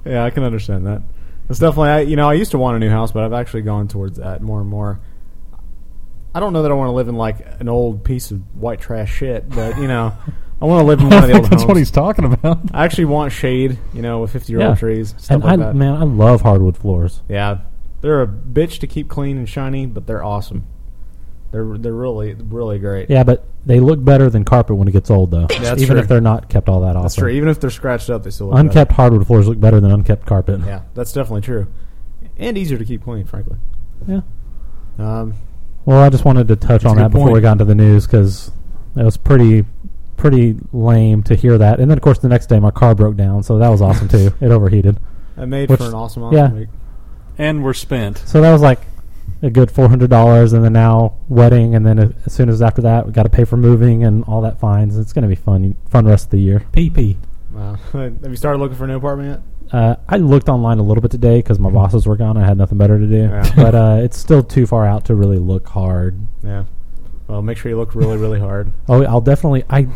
[SPEAKER 2] Yeah, I can understand that. It's definitely, I, you know, I used to want a new house, but I've actually gone towards that more and more. I don't know that I want to live in like an old piece of white trash shit, but you know, I want to live in one of the
[SPEAKER 6] I
[SPEAKER 2] old
[SPEAKER 6] think that's
[SPEAKER 2] homes.
[SPEAKER 6] what he's talking about.
[SPEAKER 2] I actually want shade, you know, with fifty year old trees, stuff
[SPEAKER 5] and
[SPEAKER 2] like
[SPEAKER 5] I,
[SPEAKER 2] that.
[SPEAKER 5] man, I love hardwood floors.
[SPEAKER 2] Yeah, they're a bitch to keep clean and shiny, but they're awesome. They're they're really really great.
[SPEAKER 5] Yeah, but they look better than carpet when it gets old, though.
[SPEAKER 2] That's
[SPEAKER 5] Even
[SPEAKER 2] true.
[SPEAKER 5] if they're not kept all that
[SPEAKER 2] That's
[SPEAKER 5] awesome.
[SPEAKER 2] true. Even if they're scratched up, they still look
[SPEAKER 5] Unkept hardwood floors look better than unkept carpet.
[SPEAKER 2] Better. Yeah, that's definitely true, and easier to keep clean, frankly.
[SPEAKER 5] Yeah.
[SPEAKER 2] Um,
[SPEAKER 5] Well, I just wanted to touch
[SPEAKER 2] That's
[SPEAKER 5] on
[SPEAKER 2] a
[SPEAKER 5] that
[SPEAKER 2] good
[SPEAKER 5] before we
[SPEAKER 2] point.
[SPEAKER 5] got into the news because it was pretty, pretty lame to hear that. And then, of course, the next day my car broke down, so that was awesome too. It overheated.
[SPEAKER 2] That made
[SPEAKER 5] Which-
[SPEAKER 2] for an awesome, awesome
[SPEAKER 5] yeah.
[SPEAKER 2] week.
[SPEAKER 3] And we're spent.
[SPEAKER 5] So that was like a good four hundred dollars, and then now wedding, and then a- as soon as after that, we got to pay for moving and all that fines. It's going to be fun, fun rest of the year. PP.
[SPEAKER 2] Wow. Have you started looking for a new apartment
[SPEAKER 5] Uh, I looked online a little bit today because my bosses were gone. I had nothing better to do,
[SPEAKER 2] Mm-hmm. Yeah.
[SPEAKER 5] but uh, it's still too far out to really look hard.
[SPEAKER 2] yet? Yeah. Well, make sure you look really, really hard.
[SPEAKER 5] Oh, I'll definitely. I,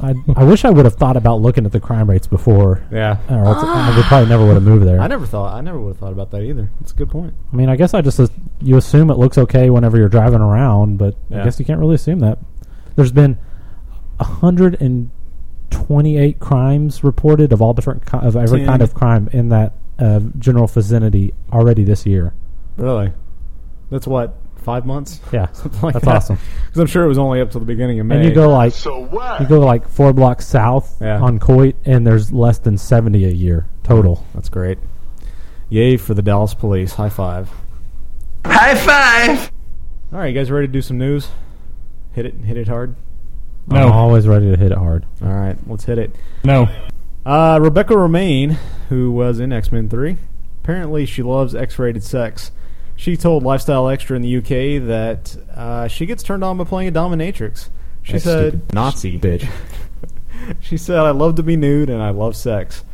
[SPEAKER 5] I, I wish I would have thought about looking at the crime rates before. Uh,
[SPEAKER 2] Yeah.
[SPEAKER 5] or else I would probably never would have moved there.
[SPEAKER 2] I never thought. I never would have thought about that either. That's a good point.
[SPEAKER 5] I mean, I guess I just as- you assume it looks okay whenever you're driving around, but
[SPEAKER 2] Yeah.
[SPEAKER 5] I guess you can't really assume that. There's been 128 crimes reported of all different ki- of every kind of
[SPEAKER 2] Dang.
[SPEAKER 5] crime in that uh, general vicinity already this year.
[SPEAKER 2] Really. That's what five months.
[SPEAKER 5] Yeah.
[SPEAKER 2] Something like
[SPEAKER 5] That's
[SPEAKER 2] that.
[SPEAKER 5] awesome.
[SPEAKER 2] Because I'm sure it was only up to the beginning of May.
[SPEAKER 5] And you go like you go like four blocks south
[SPEAKER 2] Yeah.
[SPEAKER 5] on Coit, and there's less than 70 a year total.
[SPEAKER 2] That's great. Yay for the Dallas police. High five.
[SPEAKER 7] High five!
[SPEAKER 2] All right, you guys ready to do some news? Hit it. Hit it hard.
[SPEAKER 5] I'm always ready to hit it hard.
[SPEAKER 2] All right, let's hit it.
[SPEAKER 6] No.
[SPEAKER 2] Uh, Rebecca Romaine, who was in X Men 3, apparently she loves X rated sex. She told Lifestyle Extra in the UK that uh, she gets turned on by playing a dominatrix. She
[SPEAKER 10] That
[SPEAKER 2] said,
[SPEAKER 10] stupid Nazi bitch.
[SPEAKER 2] She said, I love to be nude and I love sex.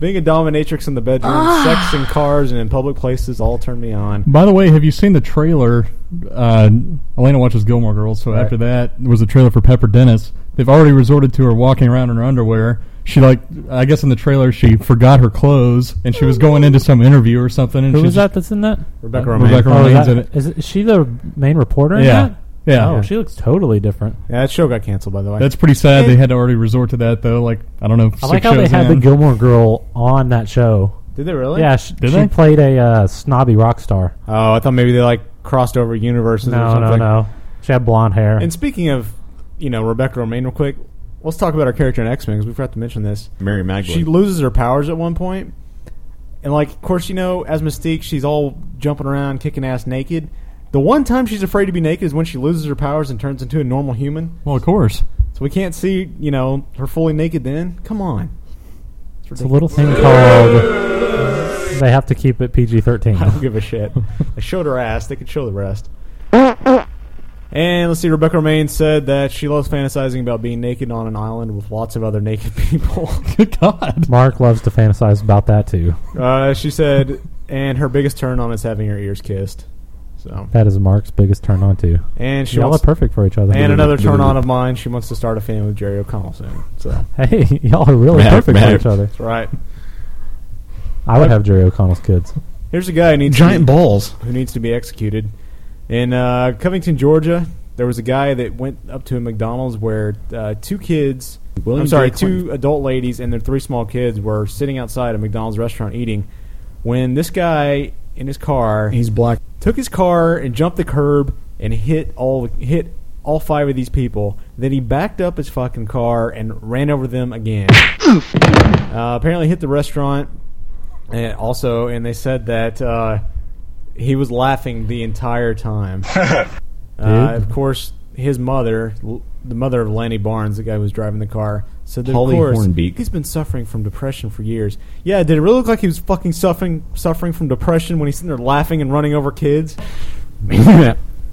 [SPEAKER 2] Being a dominatrix in the bedroom, sex in cars, and in public places all turn me on.
[SPEAKER 6] By the way, have you seen the trailer? Uh, Elena watches Gilmore Girls, so
[SPEAKER 2] Right.
[SPEAKER 6] after that there was a trailer for Pepper Dennis. They've already resorted to her walking around in her underwear. She like, I guess in the trailer she forgot her clothes and she was going into some interview or something. And
[SPEAKER 5] Who
[SPEAKER 6] she
[SPEAKER 5] was that that's in that?
[SPEAKER 2] Rebecca
[SPEAKER 6] Romaine. Rebecca
[SPEAKER 5] Oh, is
[SPEAKER 6] Romaine's
[SPEAKER 5] that-
[SPEAKER 6] in it.
[SPEAKER 5] Is, it, is she the main reporter? in
[SPEAKER 6] Yeah.
[SPEAKER 5] that?
[SPEAKER 6] Yeah.
[SPEAKER 5] Oh,
[SPEAKER 6] Yeah.
[SPEAKER 5] she looks totally different.
[SPEAKER 2] Yeah, that show got canceled, by the way.
[SPEAKER 6] That's pretty sad.
[SPEAKER 2] And-
[SPEAKER 6] They had to already resort to that though. Like I don't know.
[SPEAKER 5] I
[SPEAKER 6] six
[SPEAKER 5] like how they
[SPEAKER 6] shows
[SPEAKER 5] had
[SPEAKER 6] in.
[SPEAKER 5] the Gilmore Girl on that show.
[SPEAKER 2] Did they really?
[SPEAKER 5] Yeah, she,
[SPEAKER 2] Did
[SPEAKER 5] she
[SPEAKER 2] they?
[SPEAKER 5] played a uh, snobby rock star.
[SPEAKER 2] Oh, I thought maybe they like crossed over universes or
[SPEAKER 5] No,
[SPEAKER 2] something.
[SPEAKER 5] no, no. She had blonde hair.
[SPEAKER 2] And speaking of, you know, Rebecca Romaine, real quick, let's talk about her character in X Men because we forgot to mention this.
[SPEAKER 10] Mary Magdalene.
[SPEAKER 2] She loses her powers at one point, and like, of course, you know, as Mystique, she's all jumping around, kicking ass naked. The one time she's afraid to be naked is when she loses her powers and turns into a normal human.
[SPEAKER 6] Well, of course.
[SPEAKER 2] So we can't see, you know, her fully naked. Then, come on,
[SPEAKER 5] it's a little thing called. They have to keep it PG thirteen.
[SPEAKER 2] I don't give a shit. they showed her ass. They could show the rest. And let's see. Rebecca Romaine said that she loves fantasizing about being naked on an island with lots of other naked people.
[SPEAKER 5] Mark loves to fantasize about that too.
[SPEAKER 2] Uh, she said, and her biggest turn on is having her ears kissed. So,
[SPEAKER 5] That is Mark's biggest turn on too.
[SPEAKER 2] and she
[SPEAKER 5] y'all
[SPEAKER 2] wants
[SPEAKER 5] are perfect for each other.
[SPEAKER 2] And another turn on of mine, she wants to start a family with Jerry O'Connell soon. So
[SPEAKER 5] Hey, y'all are really
[SPEAKER 2] Matter-
[SPEAKER 5] perfect
[SPEAKER 2] matter.
[SPEAKER 5] for each other.
[SPEAKER 2] that's right.
[SPEAKER 5] I would have Jerry O'Connell's kids.
[SPEAKER 2] Here's a guy who needs
[SPEAKER 5] Giant
[SPEAKER 2] to be,
[SPEAKER 5] balls.
[SPEAKER 2] who needs to be executed. In uh, Covington, Georgia, there was a guy that went up to a McDonald's where uh, two kids,
[SPEAKER 10] William
[SPEAKER 2] I'm sorry,
[SPEAKER 10] J.
[SPEAKER 2] two adult ladies and their three small kids were sitting outside a McDonald's restaurant eating. When this guy in his car,
[SPEAKER 10] He's black.
[SPEAKER 2] took his car and jumped the curb and hit all hit all five of these people. Then he backed up his fucking car and ran over them again. uh, apparently, hit the restaurant, and also, and they said that uh, he was laughing the entire time. uh, of course, his mother, l- the mother of Lanny Barnes, the guy who was driving the car, said that
[SPEAKER 10] Holly
[SPEAKER 2] of course
[SPEAKER 10] Hornbeak.
[SPEAKER 2] he's been suffering from depression for years. Yeah, did it really look like he was fucking suffering suffering from depression when he's sitting there laughing and running over kids?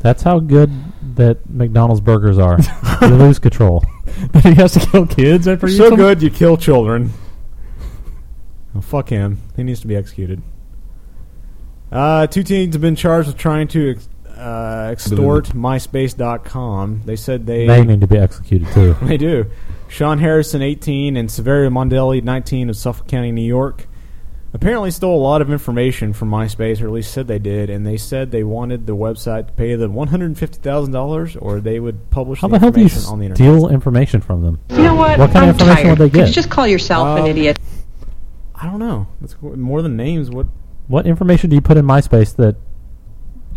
[SPEAKER 5] That's how good that McDonald's burgers are. you lose control.
[SPEAKER 6] But he has to kill kids after
[SPEAKER 2] You're
[SPEAKER 6] you.
[SPEAKER 2] so good, you kill children. Oh, fuck him. He needs to be executed. Uh, two teens have been charged with trying to ex- uh, extort MySpace.com. They said they
[SPEAKER 5] They need to be executed too.
[SPEAKER 2] they do. Sean Harrison, 18, and Severio Mondelli, 19, of Suffolk County, New York, apparently stole a lot of information from MySpace, or at least said they did, and they said they wanted the website to pay them $150,000 or they would publish
[SPEAKER 5] How
[SPEAKER 2] the
[SPEAKER 5] the hell do you
[SPEAKER 2] information on the internet.
[SPEAKER 5] steal information from them?
[SPEAKER 13] You know what?
[SPEAKER 5] What kind
[SPEAKER 13] I'm
[SPEAKER 5] of information
[SPEAKER 13] tired.
[SPEAKER 5] would they get?
[SPEAKER 13] Just call yourself an
[SPEAKER 2] Um,
[SPEAKER 13] idiot.
[SPEAKER 2] I don't know. That's qu- more than names. What?
[SPEAKER 5] what information do you put in MySpace that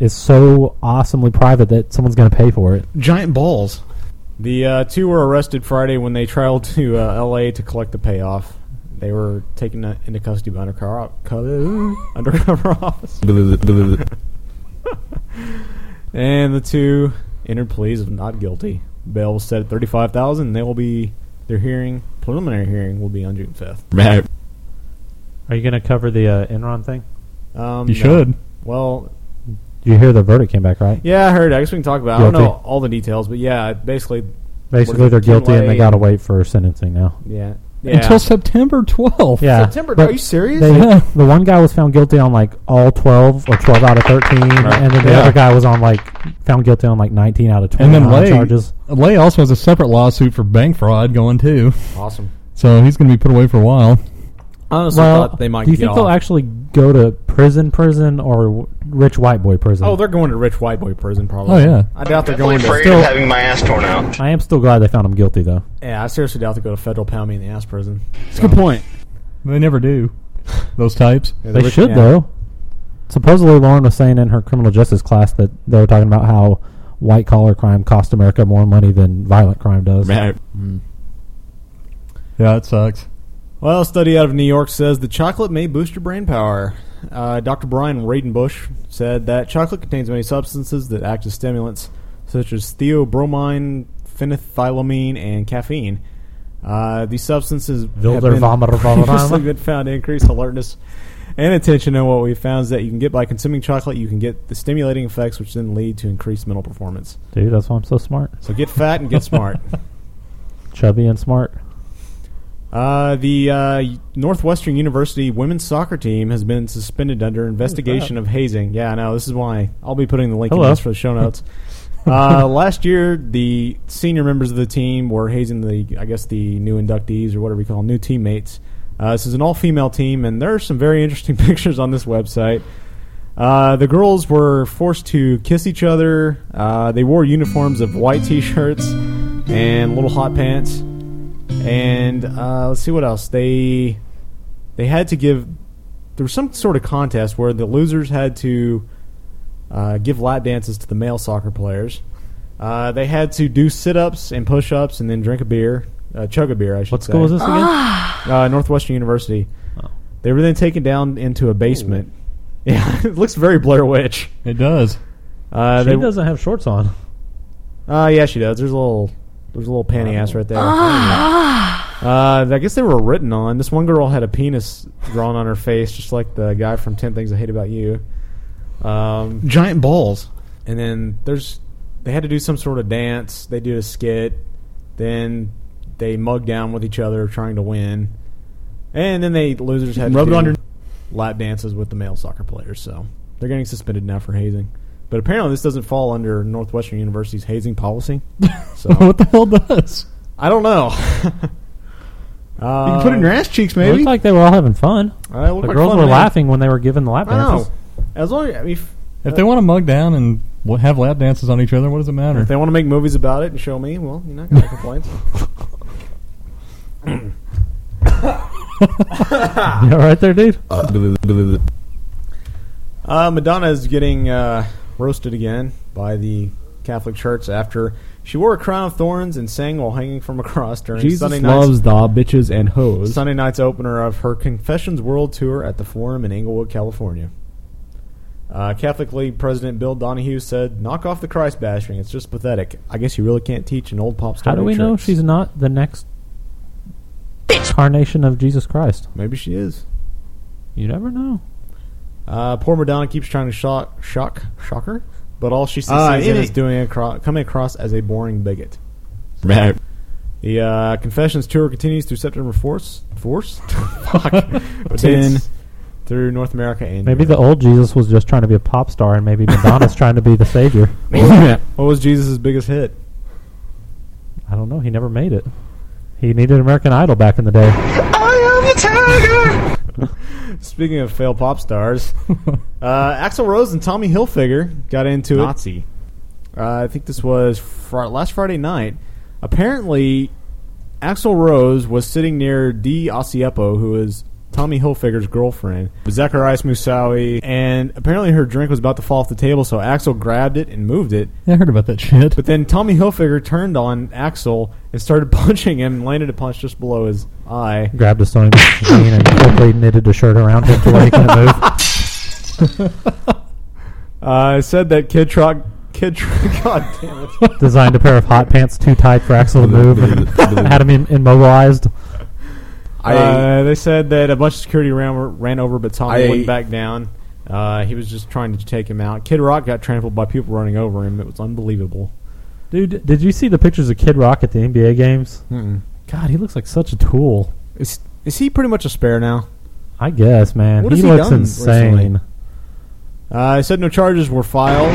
[SPEAKER 5] is so awesomely private that someone's going to pay for it?
[SPEAKER 10] Giant balls.
[SPEAKER 2] The uh, two were arrested Friday when they traveled to uh, L.A. to collect the payoff. They were taken uh, into custody by undercover, co- undercover officers. and the two entered pleas of not guilty. Bail was set at thirty-five thousand. and They will be their hearing preliminary hearing will be on June fifth.
[SPEAKER 10] Right.
[SPEAKER 5] Are you going to cover the uh, Enron thing?
[SPEAKER 2] Um,
[SPEAKER 5] You
[SPEAKER 2] no.
[SPEAKER 5] should.
[SPEAKER 2] Well,
[SPEAKER 5] You hear the verdict came back, right?
[SPEAKER 2] Yeah, I heard. it. I guess we can talk about. it. I don't
[SPEAKER 5] Guilty.
[SPEAKER 2] know all the details, but yeah, basically.
[SPEAKER 5] Basically, they're guilty and they got to
[SPEAKER 2] away.
[SPEAKER 5] wait for sentencing now.
[SPEAKER 2] Yeah.
[SPEAKER 6] Until September 12th.
[SPEAKER 5] Yeah.
[SPEAKER 2] September-
[SPEAKER 5] but
[SPEAKER 2] are you serious?
[SPEAKER 5] they-
[SPEAKER 2] Yeah.
[SPEAKER 5] The one guy was found guilty on like all 12 or 12 out of 13, and then the
[SPEAKER 6] Yeah.
[SPEAKER 5] other guy was on like found guilty on like 19 out of 20
[SPEAKER 6] And then Lay,
[SPEAKER 5] charges.
[SPEAKER 6] Lay also has a separate lawsuit for bank fraud going too.
[SPEAKER 2] Awesome.
[SPEAKER 6] So he's going to be put away for a while.
[SPEAKER 2] Honestly,
[SPEAKER 5] well,
[SPEAKER 2] thought they might
[SPEAKER 5] do you
[SPEAKER 2] get
[SPEAKER 5] think they'll
[SPEAKER 2] off.
[SPEAKER 5] actually go to prison, prison, or w- rich white boy prison?
[SPEAKER 2] Oh, they're going to rich white boy prison probably.
[SPEAKER 5] Oh, yeah.
[SPEAKER 2] I doubt they're going to.
[SPEAKER 5] Still-
[SPEAKER 4] torn out.
[SPEAKER 5] I am still glad they found him guilty, though.
[SPEAKER 2] Yeah, I seriously doubt they go to federal pound me in the ass prison.
[SPEAKER 6] It's a good point. They never do. Those types.
[SPEAKER 2] Yeah,
[SPEAKER 5] They should
[SPEAKER 2] yeah.
[SPEAKER 5] though. Supposedly, Lauren was saying in her criminal justice class that they were talking about how white collar crime cost America more money than violent crime does.
[SPEAKER 6] Yeah, it sucks.
[SPEAKER 2] Well, a study out of New York says the chocolate may boost your brain power. Uh, Dr. Brian Radenbush said that chocolate contains many substances that act as stimulants, such as theobromine, phenethylamine, and caffeine. Uh, these substances have
[SPEAKER 5] Wilder
[SPEAKER 2] been
[SPEAKER 5] vomiter, vomiter.
[SPEAKER 2] previously been found to increase alertness and attention. And what we found is that you can get by consuming chocolate, you can get the stimulating effects, which then lead to increased mental performance.
[SPEAKER 5] Dude, that's why I'm so smart,
[SPEAKER 2] So get fat and get smart.
[SPEAKER 5] chubby and smart.
[SPEAKER 2] Uh, the uh, Northwestern University women's soccer team has been suspended under investigation of hazing. Yeah, I know. This is why I'll be putting the link
[SPEAKER 5] Hello.
[SPEAKER 2] in this for the show notes. uh, last year, the senior members of the team were hazing the, I guess, the new inductees or whatever we call them, new teammates. Uh, this is an all-female team, and there are some very interesting pictures on this website. Uh, the girls were forced to kiss each other. Uh, they wore uniforms of white t-shirts and little hot pants. And uh, let's see what else they they had to give. There was some sort of contest where the losers had to uh, give lap dances to the male soccer players. Uh, they had to do sit-ups and push-ups, and then drink a beer, uh, chug a beer. I should
[SPEAKER 5] What
[SPEAKER 2] say.
[SPEAKER 5] school is this Oh. again?
[SPEAKER 2] Uh, Northwestern University. They were then taken down into a basement. Yeah, it looks very Blair Witch.
[SPEAKER 6] It does.
[SPEAKER 2] Uh,
[SPEAKER 5] she
[SPEAKER 2] they,
[SPEAKER 5] doesn't have shorts on.
[SPEAKER 2] uh, yeah, she does. There's a little, there's a little panty ass right there. Uh, I guess they were written on. This one girl had a penis drawn on her face, just like the guy from Ten Things I Hate About You. Um,
[SPEAKER 10] Giant balls.
[SPEAKER 2] and then there's, they had to do some sort of dance. They did a skit. Then they mug down with each other, trying to win. And then they losers had
[SPEAKER 10] Rub it
[SPEAKER 2] to do
[SPEAKER 10] on your-
[SPEAKER 2] lap dances with the male soccer players. So they're getting suspended now for hazing. But apparently, this doesn't fall under Northwestern University's hazing policy. So
[SPEAKER 6] what the hell does?
[SPEAKER 2] I don't know. uh,
[SPEAKER 10] you can put it in your ass cheeks,
[SPEAKER 5] It
[SPEAKER 10] maybe.
[SPEAKER 5] looked like they were all having fun.
[SPEAKER 2] Uh, it looked
[SPEAKER 5] the
[SPEAKER 2] like
[SPEAKER 5] girls
[SPEAKER 2] fun
[SPEAKER 5] were
[SPEAKER 2] to me.
[SPEAKER 5] laughing when they were given the lap
[SPEAKER 2] I don't
[SPEAKER 5] dances.
[SPEAKER 2] know. As long as I mean, if,
[SPEAKER 6] If they want to mug down and w- have lap dances on each other, what does it matter?
[SPEAKER 2] if they want to make movies about it and show me, well, you're not gonna complain.
[SPEAKER 5] Yeah, right there, dude.
[SPEAKER 2] Uh, Madonna is getting uh, roasted again by the Catholic Church after she wore a crown of thorns and sang while hanging from a cross during
[SPEAKER 13] Jesus
[SPEAKER 2] Sunday
[SPEAKER 13] loves the
[SPEAKER 2] night's
[SPEAKER 13] bitches and hoes.
[SPEAKER 2] Sunday night's opener of her Confessions World Tour at the Forum in Inglewood, California. Uh, Catholic League President Bill Donahue said, "Knock off the Christ bashing. It's just pathetic. I guess you really can't teach an old pop star."
[SPEAKER 5] How do
[SPEAKER 2] new
[SPEAKER 5] we know
[SPEAKER 2] tricks."
[SPEAKER 5] she's not the next carnation of Jesus Christ?
[SPEAKER 2] Maybe she is.
[SPEAKER 5] You never know.
[SPEAKER 2] Uh, poor Madonna keeps trying to shock, shock, shock her, but all she sees
[SPEAKER 13] Ah,
[SPEAKER 2] in
[SPEAKER 13] it-
[SPEAKER 2] is doing acro- coming across as a boring bigot.
[SPEAKER 13] Right.
[SPEAKER 2] The uh, Confessions tour continues through September 4th, 4th? Fuck. then
[SPEAKER 5] Tense.
[SPEAKER 2] through North America and
[SPEAKER 5] Maybe the old Jesus was just trying to be a pop star, and maybe Madonna's trying to be the savior.
[SPEAKER 2] Europe. what was Jesus' biggest hit?
[SPEAKER 5] I don't know. He never made it. He needed American Idol back in the day.
[SPEAKER 2] I am the tiger! Speaking of failed pop stars, uh, Axel Rose and Tommy Hilfiger got into
[SPEAKER 13] Nazi.
[SPEAKER 2] it. Uh, I think this was fr- last Friday night. Apparently, Axel Rose was sitting near Dee Osiepo, who is Tommy Hilfiger's girlfriend, Zacharias Musawi, and apparently her drink was about to fall off the table, so Axel grabbed it and moved it.
[SPEAKER 6] Yeah, I heard about that shit.
[SPEAKER 2] But then Tommy Hilfiger turned on Axel and started punching him, and landed a punch just below his eye.
[SPEAKER 5] Grabbed a sewing machine and quickly knitted a shirt around him to where he couldn't move.
[SPEAKER 2] Uh, it said that Kid Rock, Kid Rock, God damn it,
[SPEAKER 5] Designed a pair of hot pants too tight for Axel to move and had him im- immobilized.
[SPEAKER 2] uh, they said that a bunch of security ran, ran over, but Tommy
[SPEAKER 13] I-
[SPEAKER 2] went back down. Uh, he was just trying to take him out. Kid Rock got trampled by people running over him. It was unbelievable.
[SPEAKER 5] Dude, did you see the pictures of Kid Rock at the NBA games?
[SPEAKER 2] Mm-mm.
[SPEAKER 5] God, he looks like such a tool.
[SPEAKER 2] Is is he pretty much a spare now?
[SPEAKER 5] I guess, man.
[SPEAKER 2] What
[SPEAKER 5] he
[SPEAKER 2] has he
[SPEAKER 5] looks
[SPEAKER 2] done
[SPEAKER 5] insane.
[SPEAKER 2] recently? Uh, it said no charges were filed.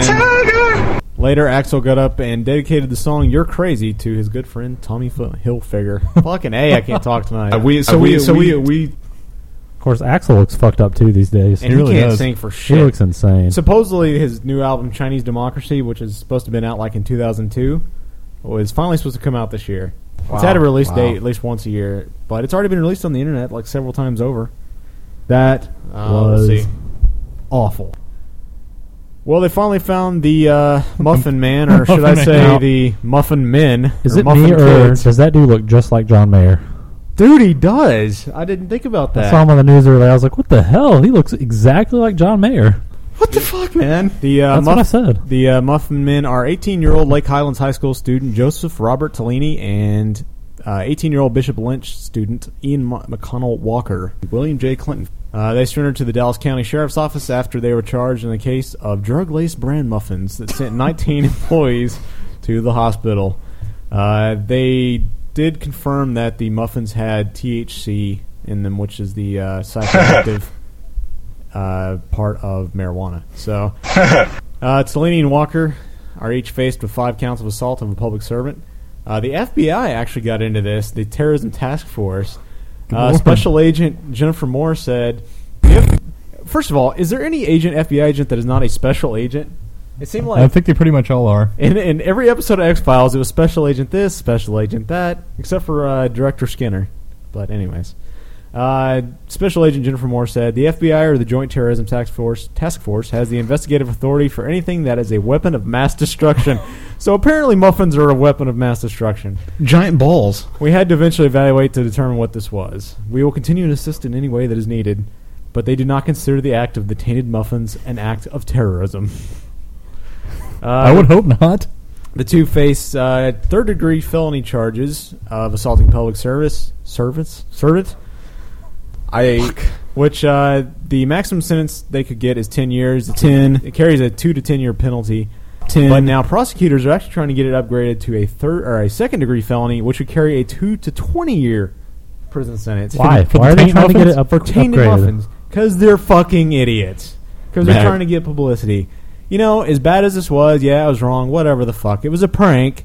[SPEAKER 2] and later, Axel got up and dedicated the song "You're Crazy" to his good friend Tommy Fo- Hilfiger. Fucking a, I can't talk tonight.
[SPEAKER 5] Are we- so
[SPEAKER 2] Are
[SPEAKER 5] we- so we-
[SPEAKER 2] are
[SPEAKER 5] Of course, Axel looks fucked up too these days.
[SPEAKER 2] And he, can't sing for shit.
[SPEAKER 5] He looks insane.
[SPEAKER 2] Supposedly, his new album Chinese Democracy, which is supposed to have been out like in 2002, was finally supposed to come out this year.
[SPEAKER 13] Wow.
[SPEAKER 2] It's had a release
[SPEAKER 13] Wow.
[SPEAKER 2] date at least once a year, but it's already been released on the internet like several times over. That uh, we'll
[SPEAKER 13] was
[SPEAKER 2] see. awful. Well, they finally found the uh, Muffin Man, or should I
[SPEAKER 13] Muffin
[SPEAKER 2] say
[SPEAKER 13] Man.
[SPEAKER 2] the Muffin Men?
[SPEAKER 5] Is
[SPEAKER 2] or
[SPEAKER 5] it
[SPEAKER 2] Muffin
[SPEAKER 5] me or
[SPEAKER 2] Kids.
[SPEAKER 5] does that dude look just like John Mayer?
[SPEAKER 2] Dude, he does. I didn't think about that.
[SPEAKER 5] I saw him on the news earlier. I was like, "What the hell? He looks exactly like John Mayer."
[SPEAKER 2] What the fuck, man? The uh,
[SPEAKER 5] That's what I said.
[SPEAKER 2] The uh, Muffin Men are 18-year-old Lake Highlands High School student Joseph Robert Tellini and uh, 18-year-old Bishop Lynch student Ian Mo- McConnell Walker, William J. Clinton. Uh, they surrendered to the Dallas County Sheriff's Office after they were charged in a case of drug-laced bran muffins that sent 19 employees to the hospital. Uh, they did confirm that the muffins had THC in them, which is the uh, psychoactive uh, part of marijuana. So, uh, Tellini and Walker are each faced with five counts of assault of a public servant. Uh, the FBI actually got into this, the Terrorism Task Force. Uh,
[SPEAKER 13] Lord.
[SPEAKER 2] Special Agent Jennifer Moore said, "If- First of all, is there any agent, FBI agent, that is not a special agent? It seemed like
[SPEAKER 6] I think they pretty much all are.
[SPEAKER 2] in, in every episode of X Files, it was Special Agent this, Special Agent that, except for uh, Director Skinner. But, anyways, uh, Special Agent Jennifer Moore said the FBI or the Joint Terrorism Task Force Task Force has the investigative authority for anything that is a weapon of mass destruction. so apparently, muffins are a weapon of mass destruction.
[SPEAKER 10] Giant balls.
[SPEAKER 2] We had to eventually evaluate to determine what this was. We will continue to assist in any way that is needed, but they do not consider the act of the tainted muffins an act of terrorism. Uh,
[SPEAKER 6] I would hope not.
[SPEAKER 2] The two face uh, third degree felony charges of assaulting public service servants servant. I which uh, the maximum sentence they could get is ten years. Ten. It carries a two to ten year penalty.
[SPEAKER 13] Ten.
[SPEAKER 2] But now prosecutors are actually trying to get it upgraded to a third or a second degree felony, which would carry a two to twenty year prison sentence.
[SPEAKER 5] Why? For the Why are they tainted trying to get muffins? it up-
[SPEAKER 2] for tainted
[SPEAKER 5] upgraded?
[SPEAKER 2] muffins? Because they're fucking idiots. Because they're
[SPEAKER 13] Right.
[SPEAKER 2] trying to get publicity. You know, as bad as this was, yeah, I was wrong. Whatever the fuck, it was a prank.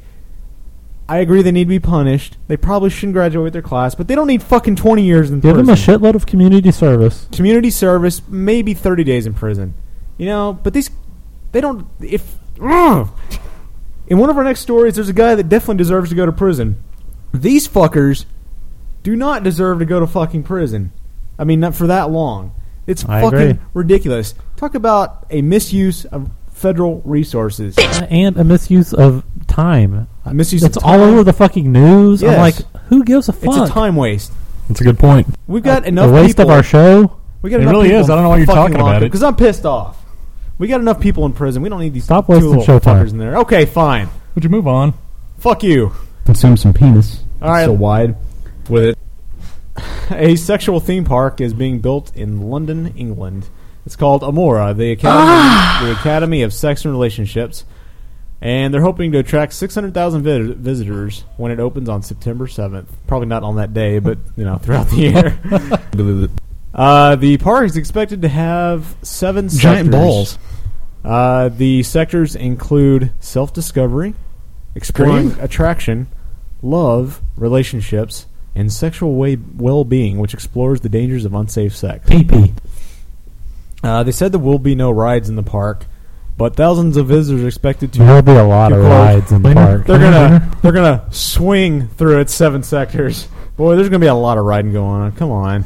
[SPEAKER 2] I agree they need to be punished. They probably shouldn't graduate their class, but they don't need fucking twenty years in
[SPEAKER 5] Give
[SPEAKER 2] prison
[SPEAKER 5] him a shitload of community service.
[SPEAKER 2] community service, maybe 30 days in prison. You know, but these they don't if ugh. in one of our next stories there's a guy that definitely deserves to go to prison. These fuckers do not deserve to go to fucking prison. I mean, not for that long. It's
[SPEAKER 13] I
[SPEAKER 2] fucking
[SPEAKER 13] agree.
[SPEAKER 2] ridiculous. Talk about a misuse of federal resources.
[SPEAKER 5] and a misuse of time.
[SPEAKER 2] A misuse
[SPEAKER 5] It's
[SPEAKER 2] of
[SPEAKER 5] all
[SPEAKER 2] time.
[SPEAKER 5] over the fucking news. I'm
[SPEAKER 2] Yes.
[SPEAKER 5] like, who gives a
[SPEAKER 2] It's a
[SPEAKER 5] fuck?
[SPEAKER 2] time waste.
[SPEAKER 6] That's a good point.
[SPEAKER 2] We've got
[SPEAKER 5] A-
[SPEAKER 2] enough
[SPEAKER 5] a waste
[SPEAKER 2] people-
[SPEAKER 5] of our show.
[SPEAKER 2] We got
[SPEAKER 5] It
[SPEAKER 2] enough
[SPEAKER 5] really
[SPEAKER 2] people
[SPEAKER 5] is. I don't know why you're
[SPEAKER 2] fucking
[SPEAKER 5] talking about
[SPEAKER 2] locked up,
[SPEAKER 5] it.
[SPEAKER 2] Because I'm pissed off. We got enough people in prison. We don't need these
[SPEAKER 5] Stop
[SPEAKER 2] two
[SPEAKER 5] wasting
[SPEAKER 2] little
[SPEAKER 5] showtime.
[SPEAKER 2] fuckers in there. Okay, fine.
[SPEAKER 6] Would you move on?
[SPEAKER 2] Fuck you.
[SPEAKER 13] Consume some penis.
[SPEAKER 2] All right.
[SPEAKER 13] So wide.
[SPEAKER 2] with it. A sexual theme park is being built in London, England. It's called Amora, the Academy, the Academy of Sex and Relationships, and they're hoping to attract 600,000 vid- visitors when it opens on September 7th. Probably not on that day, but you know, throughout the year.
[SPEAKER 10] Believe it.
[SPEAKER 2] Uh, the park is expected to have seven
[SPEAKER 10] Giant
[SPEAKER 2] sectors.
[SPEAKER 10] balls.
[SPEAKER 2] Uh, the sectors include self-discovery, exploring attraction, love, relationships, and sexual way- well-being, which explores the dangers of unsafe sex.
[SPEAKER 5] Pee-pee.
[SPEAKER 2] Uh, they said there will be no rides in the park, but thousands of visitors are expected to.
[SPEAKER 5] There will be a lot
[SPEAKER 2] to
[SPEAKER 5] of
[SPEAKER 2] quote,
[SPEAKER 5] rides in the park.
[SPEAKER 2] They're gonna they're gonna swing through its seven sectors. Boy, there's gonna be a lot of riding going on. Come on.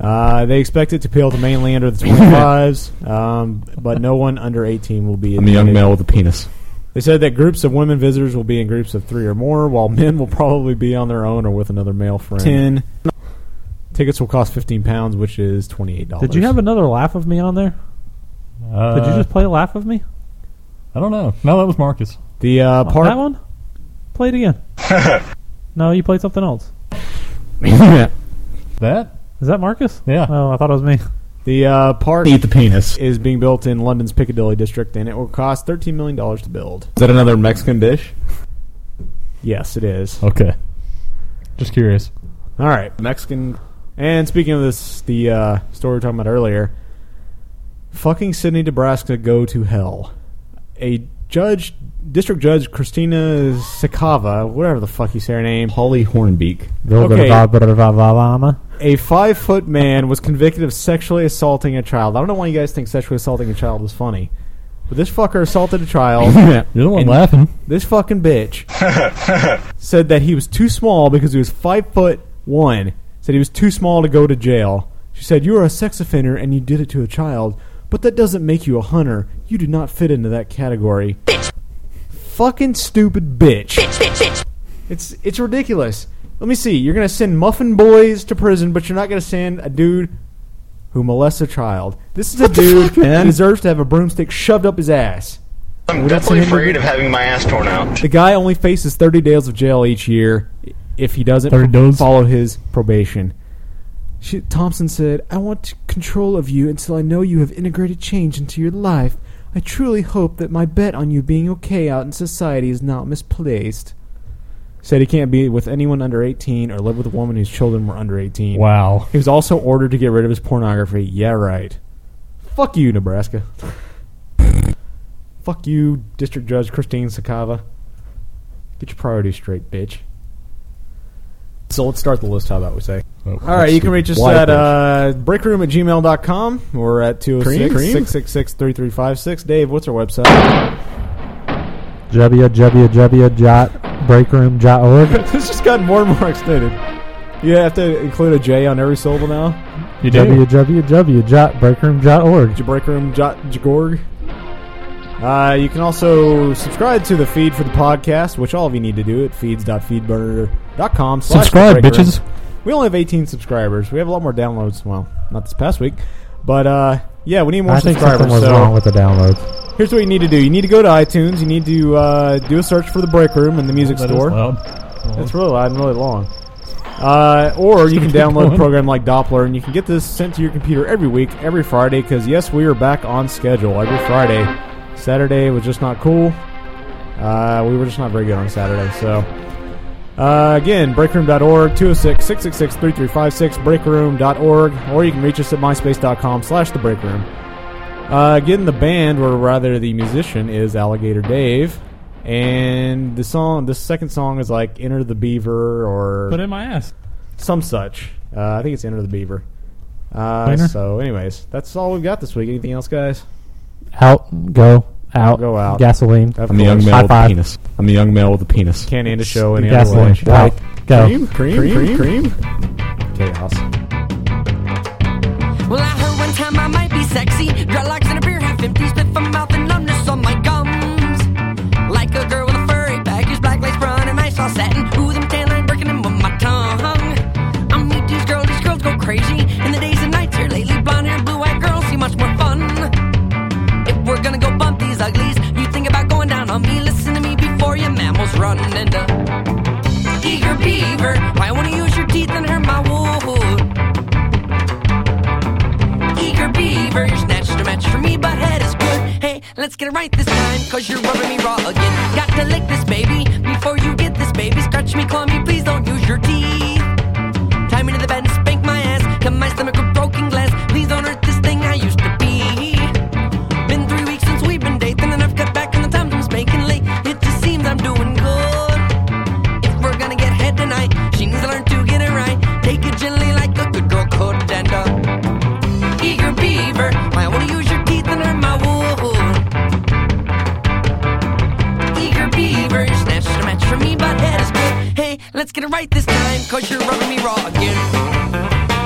[SPEAKER 2] Uh, they expect it to appeal to mainly under the 25s, um, but no one under 18 will be.
[SPEAKER 13] I'm a young
[SPEAKER 2] admitted.
[SPEAKER 13] male with a penis.
[SPEAKER 2] They said that groups of women visitors will be in groups of three or more, while men will probably be on their own or with another male friend.
[SPEAKER 13] Ten.
[SPEAKER 2] tickets will cost 15 pounds, which is 28 dollars.
[SPEAKER 5] Did you have another laugh of me on there? Did you just play laugh of me?
[SPEAKER 6] Uh, I don't know. No, that was Marcus.
[SPEAKER 2] The uh, park
[SPEAKER 5] that one? Play it again. no, you played something else.
[SPEAKER 6] That?
[SPEAKER 5] Is that Marcus?
[SPEAKER 6] Yeah.
[SPEAKER 5] Oh, I thought it was me.
[SPEAKER 2] The uh, park
[SPEAKER 13] Eat the penis.
[SPEAKER 2] is being built in London's Piccadilly district, and it will cost thirteen million dollars to build.
[SPEAKER 13] Is that another Mexican dish?
[SPEAKER 2] Yes, it is.
[SPEAKER 6] Okay. Just curious.
[SPEAKER 2] All right, Mexican. And speaking of this, the uh, story we were talking about earlier, fucking Sydney, Nebraska, go to hell. A judge, district judge Christina Sikava, whatever the fuck you say her name,
[SPEAKER 13] Holly Hornbeak.
[SPEAKER 2] Okay.
[SPEAKER 5] Vilgadabadravavalama.
[SPEAKER 2] a five foot man was convicted of sexually assaulting a child. I don't know why you guys think sexually assaulting a child is funny, but this fucker assaulted a child.
[SPEAKER 6] You're the one
[SPEAKER 2] And-
[SPEAKER 6] laughing.
[SPEAKER 2] This fucking bitch said that he was too small because he was five foot one. Said he was too small to go to jail. She said, "You are a sex offender and you did it to a child, but that doesn't make you a hunter. You do not fit into that category." Bitch. Fucking stupid bitch. Bitch. Bitch. Bitch. It's it's ridiculous. Let me see. You're gonna send muffin boys to prison, but you're not gonna send a dude who molests a child. This is a dude who
[SPEAKER 13] man?
[SPEAKER 2] deserves to have a broomstick shoved up his ass.
[SPEAKER 14] I'm
[SPEAKER 2] We don't
[SPEAKER 14] definitely
[SPEAKER 2] send him to-
[SPEAKER 14] afraid of having my ass torn out.
[SPEAKER 2] the guy only faces 30 days of jail each year if he doesn't
[SPEAKER 6] 30 days?
[SPEAKER 2] follow his probation. She, Thompson said, I want control of you until I know you have integrated change into your life. I truly hope that my bet on you being okay out in society is not misplaced. Said he can't be with anyone under 18 or live with a woman whose children were under 18.
[SPEAKER 6] Wow.
[SPEAKER 2] He was also ordered to get rid of his pornography. Yeah, right. Fuck you, Nebraska. Fuck you, District Judge Christine Sakava. Get your priorities straight, bitch.
[SPEAKER 13] So let's start the list. How about we say?
[SPEAKER 2] All right, you can reach us
[SPEAKER 13] Wide
[SPEAKER 2] at
[SPEAKER 13] range.
[SPEAKER 2] uh, brickroom at gmail.com. We're at 206
[SPEAKER 13] Cream?
[SPEAKER 2] 666 3356. Dave, what's our website?
[SPEAKER 5] www.breakroom.org.
[SPEAKER 2] this just gotten more and more extended. You have to include a J on every syllable now.
[SPEAKER 6] You do?
[SPEAKER 5] www.breakroom.org.
[SPEAKER 2] Jabreakroom.gorg. Uh, you can also subscribe to the feed for the podcast, which all of you need to do at feeds.feedburner.com. slash
[SPEAKER 6] Subscribe,
[SPEAKER 2] The Break Room.
[SPEAKER 6] bitches.
[SPEAKER 2] We only have 18 subscribers. We have a lot more downloads. Well, not this past week. But, uh, yeah, we need more
[SPEAKER 5] I think something
[SPEAKER 2] subscribers.
[SPEAKER 5] was
[SPEAKER 2] so
[SPEAKER 5] wrong with the downloads.
[SPEAKER 2] here's what you need to do. You need to go to iTunes. You need to uh, do a search for The Break Room in the music
[SPEAKER 6] That is
[SPEAKER 2] store.
[SPEAKER 6] loud.
[SPEAKER 2] It's really loud and really long. Uh, or you can download a program like Doppler, and you can get this sent to your computer every week, every Friday. Because yes, we are back on schedule every Friday. Saturday was just not cool. Uh, we were just not very good on Saturday. So uh, again, breakroom.org, 206-666-3356, breakroom.org, or you can reach us at myspace.com/slash the breakroom. Uh, again, the band, or rather the musician, is Alligator Dave, and the song, the second song, is like "Enter the Beaver" or
[SPEAKER 5] Put in my ass.
[SPEAKER 2] some such. Uh, I think it's "Enter the Beaver." Uh,
[SPEAKER 5] Winner.
[SPEAKER 2] so, anyways, that's all we've got this week. Anything else, guys?
[SPEAKER 5] Out, go, out.
[SPEAKER 2] Go out.
[SPEAKER 5] Gasoline.
[SPEAKER 2] Of
[SPEAKER 13] I'm a young
[SPEAKER 2] course.
[SPEAKER 13] male
[SPEAKER 5] High
[SPEAKER 13] with a
[SPEAKER 5] five.
[SPEAKER 13] penis. I'm a young male with a penis.
[SPEAKER 2] Can't end a show any other way.
[SPEAKER 5] Gasoline. Out. Go.
[SPEAKER 2] Cream, cream, cream, cream. Chaos.
[SPEAKER 11] Well, I heard one time I might be sexy. Dreadlocks and a beer, half empty, spit from mouth and numbness on rotten and a eager beaver. Why won't you use your teeth and hurt my wood? Eager beaver, you snatched a match for me, but head is good. Hey, let's get it right this time, cause you're rubbing me raw again. Got to lick this baby before you get this baby. Scratch me, claw me, please don't use your teeth. Tie me to the bed and spank my ass. Cut my stomach with broken glass. Please don't hurt this thing I used to be. Been three weeks since we've been dating, and I've got back on the times I'm spanking late. It just seems I'm doing good. If we're gonna get head tonight, she needs to learn to get it right. Take it gently like a good girl could and uh, a eager beaver. Why won't you use your teeth and hurt my wool? Eager beaver, you snatched a match from me, but head is good. Hey, let's get it right this time, cause you're rubbing me raw again.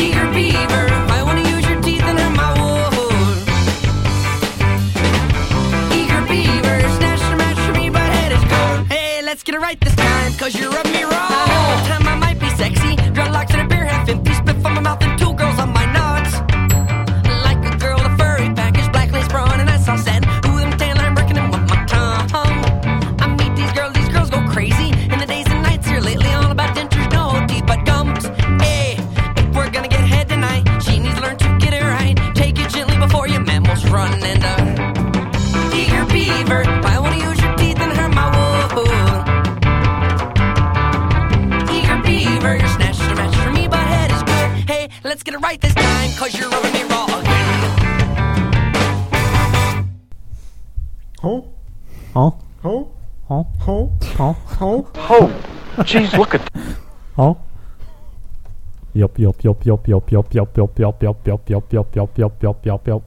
[SPEAKER 11] Eager beaver, I wanna use your teeth and hurt my wool. Eager beaver, snatch the match for me, but head is cold. Hey, let's get it right this time, cause you rubbed me wrong. I know what time I might be sexy, dreadlocks and a beer, half empty, spit from my mouth and two girls on my nuts. Like a girl, a furry package, black lace bra on, and I saw satin. Ooh, them tan line breaking them with my tongue. I meet these girls, these girls go crazy. In the days and nights here lately, all about dentures, no teeth but gums. Hey, if we're gonna get head tonight, she needs to learn to get it right. Take it gently before your mammals run and uh, eager beaver. Why won't you use your teeth and hurt my wool? Eager beaver, you're snatched a match for me, but head is good. Hey, let's get it right this time, cause you're rubbing me raw again.
[SPEAKER 2] Huh?
[SPEAKER 5] Huh?
[SPEAKER 2] Huh?
[SPEAKER 5] Huh?
[SPEAKER 2] Huh?
[SPEAKER 5] Huh?
[SPEAKER 2] Huh?
[SPEAKER 5] Oh,
[SPEAKER 2] jeez, look at-
[SPEAKER 5] Huh? Yup, yup, yup, yup, yup, yup, yup, yup, yup, yup, yup, yup, yup, yup, yup, yup, yup, yup.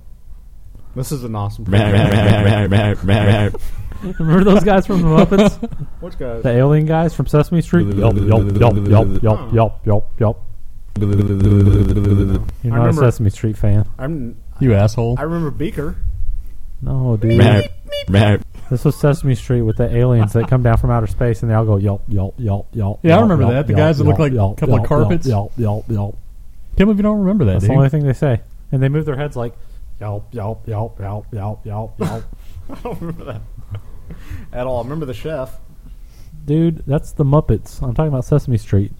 [SPEAKER 2] This is an awesome.
[SPEAKER 5] Remember those guys from the Muppets?
[SPEAKER 2] Which guys?
[SPEAKER 5] The alien guys from Sesame Street? Yup, yup, yup, yup, yup, yup, yup, yup. You're
[SPEAKER 2] I
[SPEAKER 5] not a
[SPEAKER 2] remember-
[SPEAKER 5] Sesame Street fan.
[SPEAKER 2] I'm.
[SPEAKER 5] You asshole.
[SPEAKER 2] I remember Beaker.
[SPEAKER 5] No, dude.
[SPEAKER 2] Meep,
[SPEAKER 5] This was Sesame Street with the aliens that come down from outer space and they all go yelp, yelp, yelp, yelp.
[SPEAKER 6] Yeah, I
[SPEAKER 5] yelp,
[SPEAKER 6] remember
[SPEAKER 5] yelp,
[SPEAKER 6] that. The
[SPEAKER 5] yelp,
[SPEAKER 6] guys that look
[SPEAKER 5] yelp,
[SPEAKER 6] like a
[SPEAKER 5] yelp,
[SPEAKER 6] couple of
[SPEAKER 5] yelp,
[SPEAKER 6] carpets.
[SPEAKER 5] Yelp, yelp, yelp.
[SPEAKER 6] Can't believe you don't remember that,
[SPEAKER 5] That's
[SPEAKER 6] dude.
[SPEAKER 5] the only thing they say. And they move their heads like yelp, yelp, yelp, yelp, yelp, yelp, yelp.
[SPEAKER 2] I don't remember that at all. I remember the chef.
[SPEAKER 5] Dude, that's the Muppets. I'm talking about Sesame Street.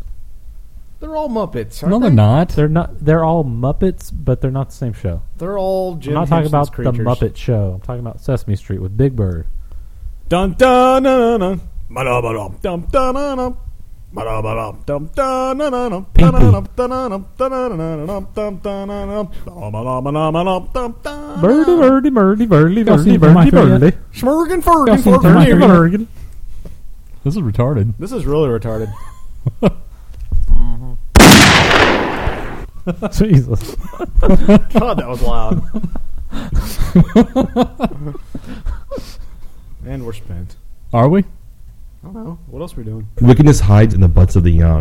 [SPEAKER 2] They're all Muppets. Aren't they?
[SPEAKER 5] not. They're not. They're all Muppets, but they're not the same show.
[SPEAKER 2] They're all Jim
[SPEAKER 5] I'm not talking
[SPEAKER 2] Henson's
[SPEAKER 5] about
[SPEAKER 2] creatures.
[SPEAKER 5] the Muppet Show. I'm talking about Sesame Street with Big Bird.
[SPEAKER 2] Dun dun dun dun dun dun dun dun dun dun.
[SPEAKER 5] Birdie, birdie, birdie, birdie,
[SPEAKER 2] Y'all
[SPEAKER 5] birdie,
[SPEAKER 2] seen
[SPEAKER 5] birdie,
[SPEAKER 2] Michael yet?
[SPEAKER 5] birdie.
[SPEAKER 2] Schmurgen, Fergen,
[SPEAKER 5] Y'all seen
[SPEAKER 2] Fergen,
[SPEAKER 5] Michael
[SPEAKER 2] Fergen.
[SPEAKER 5] Fergen?
[SPEAKER 6] This is retarded.
[SPEAKER 2] This is really retarded.
[SPEAKER 5] Jesus.
[SPEAKER 2] God, that was loud. and we're spent.
[SPEAKER 6] Are we?
[SPEAKER 2] I don't know. What else are we doing?
[SPEAKER 14] Wickedness hides in the butts of the young.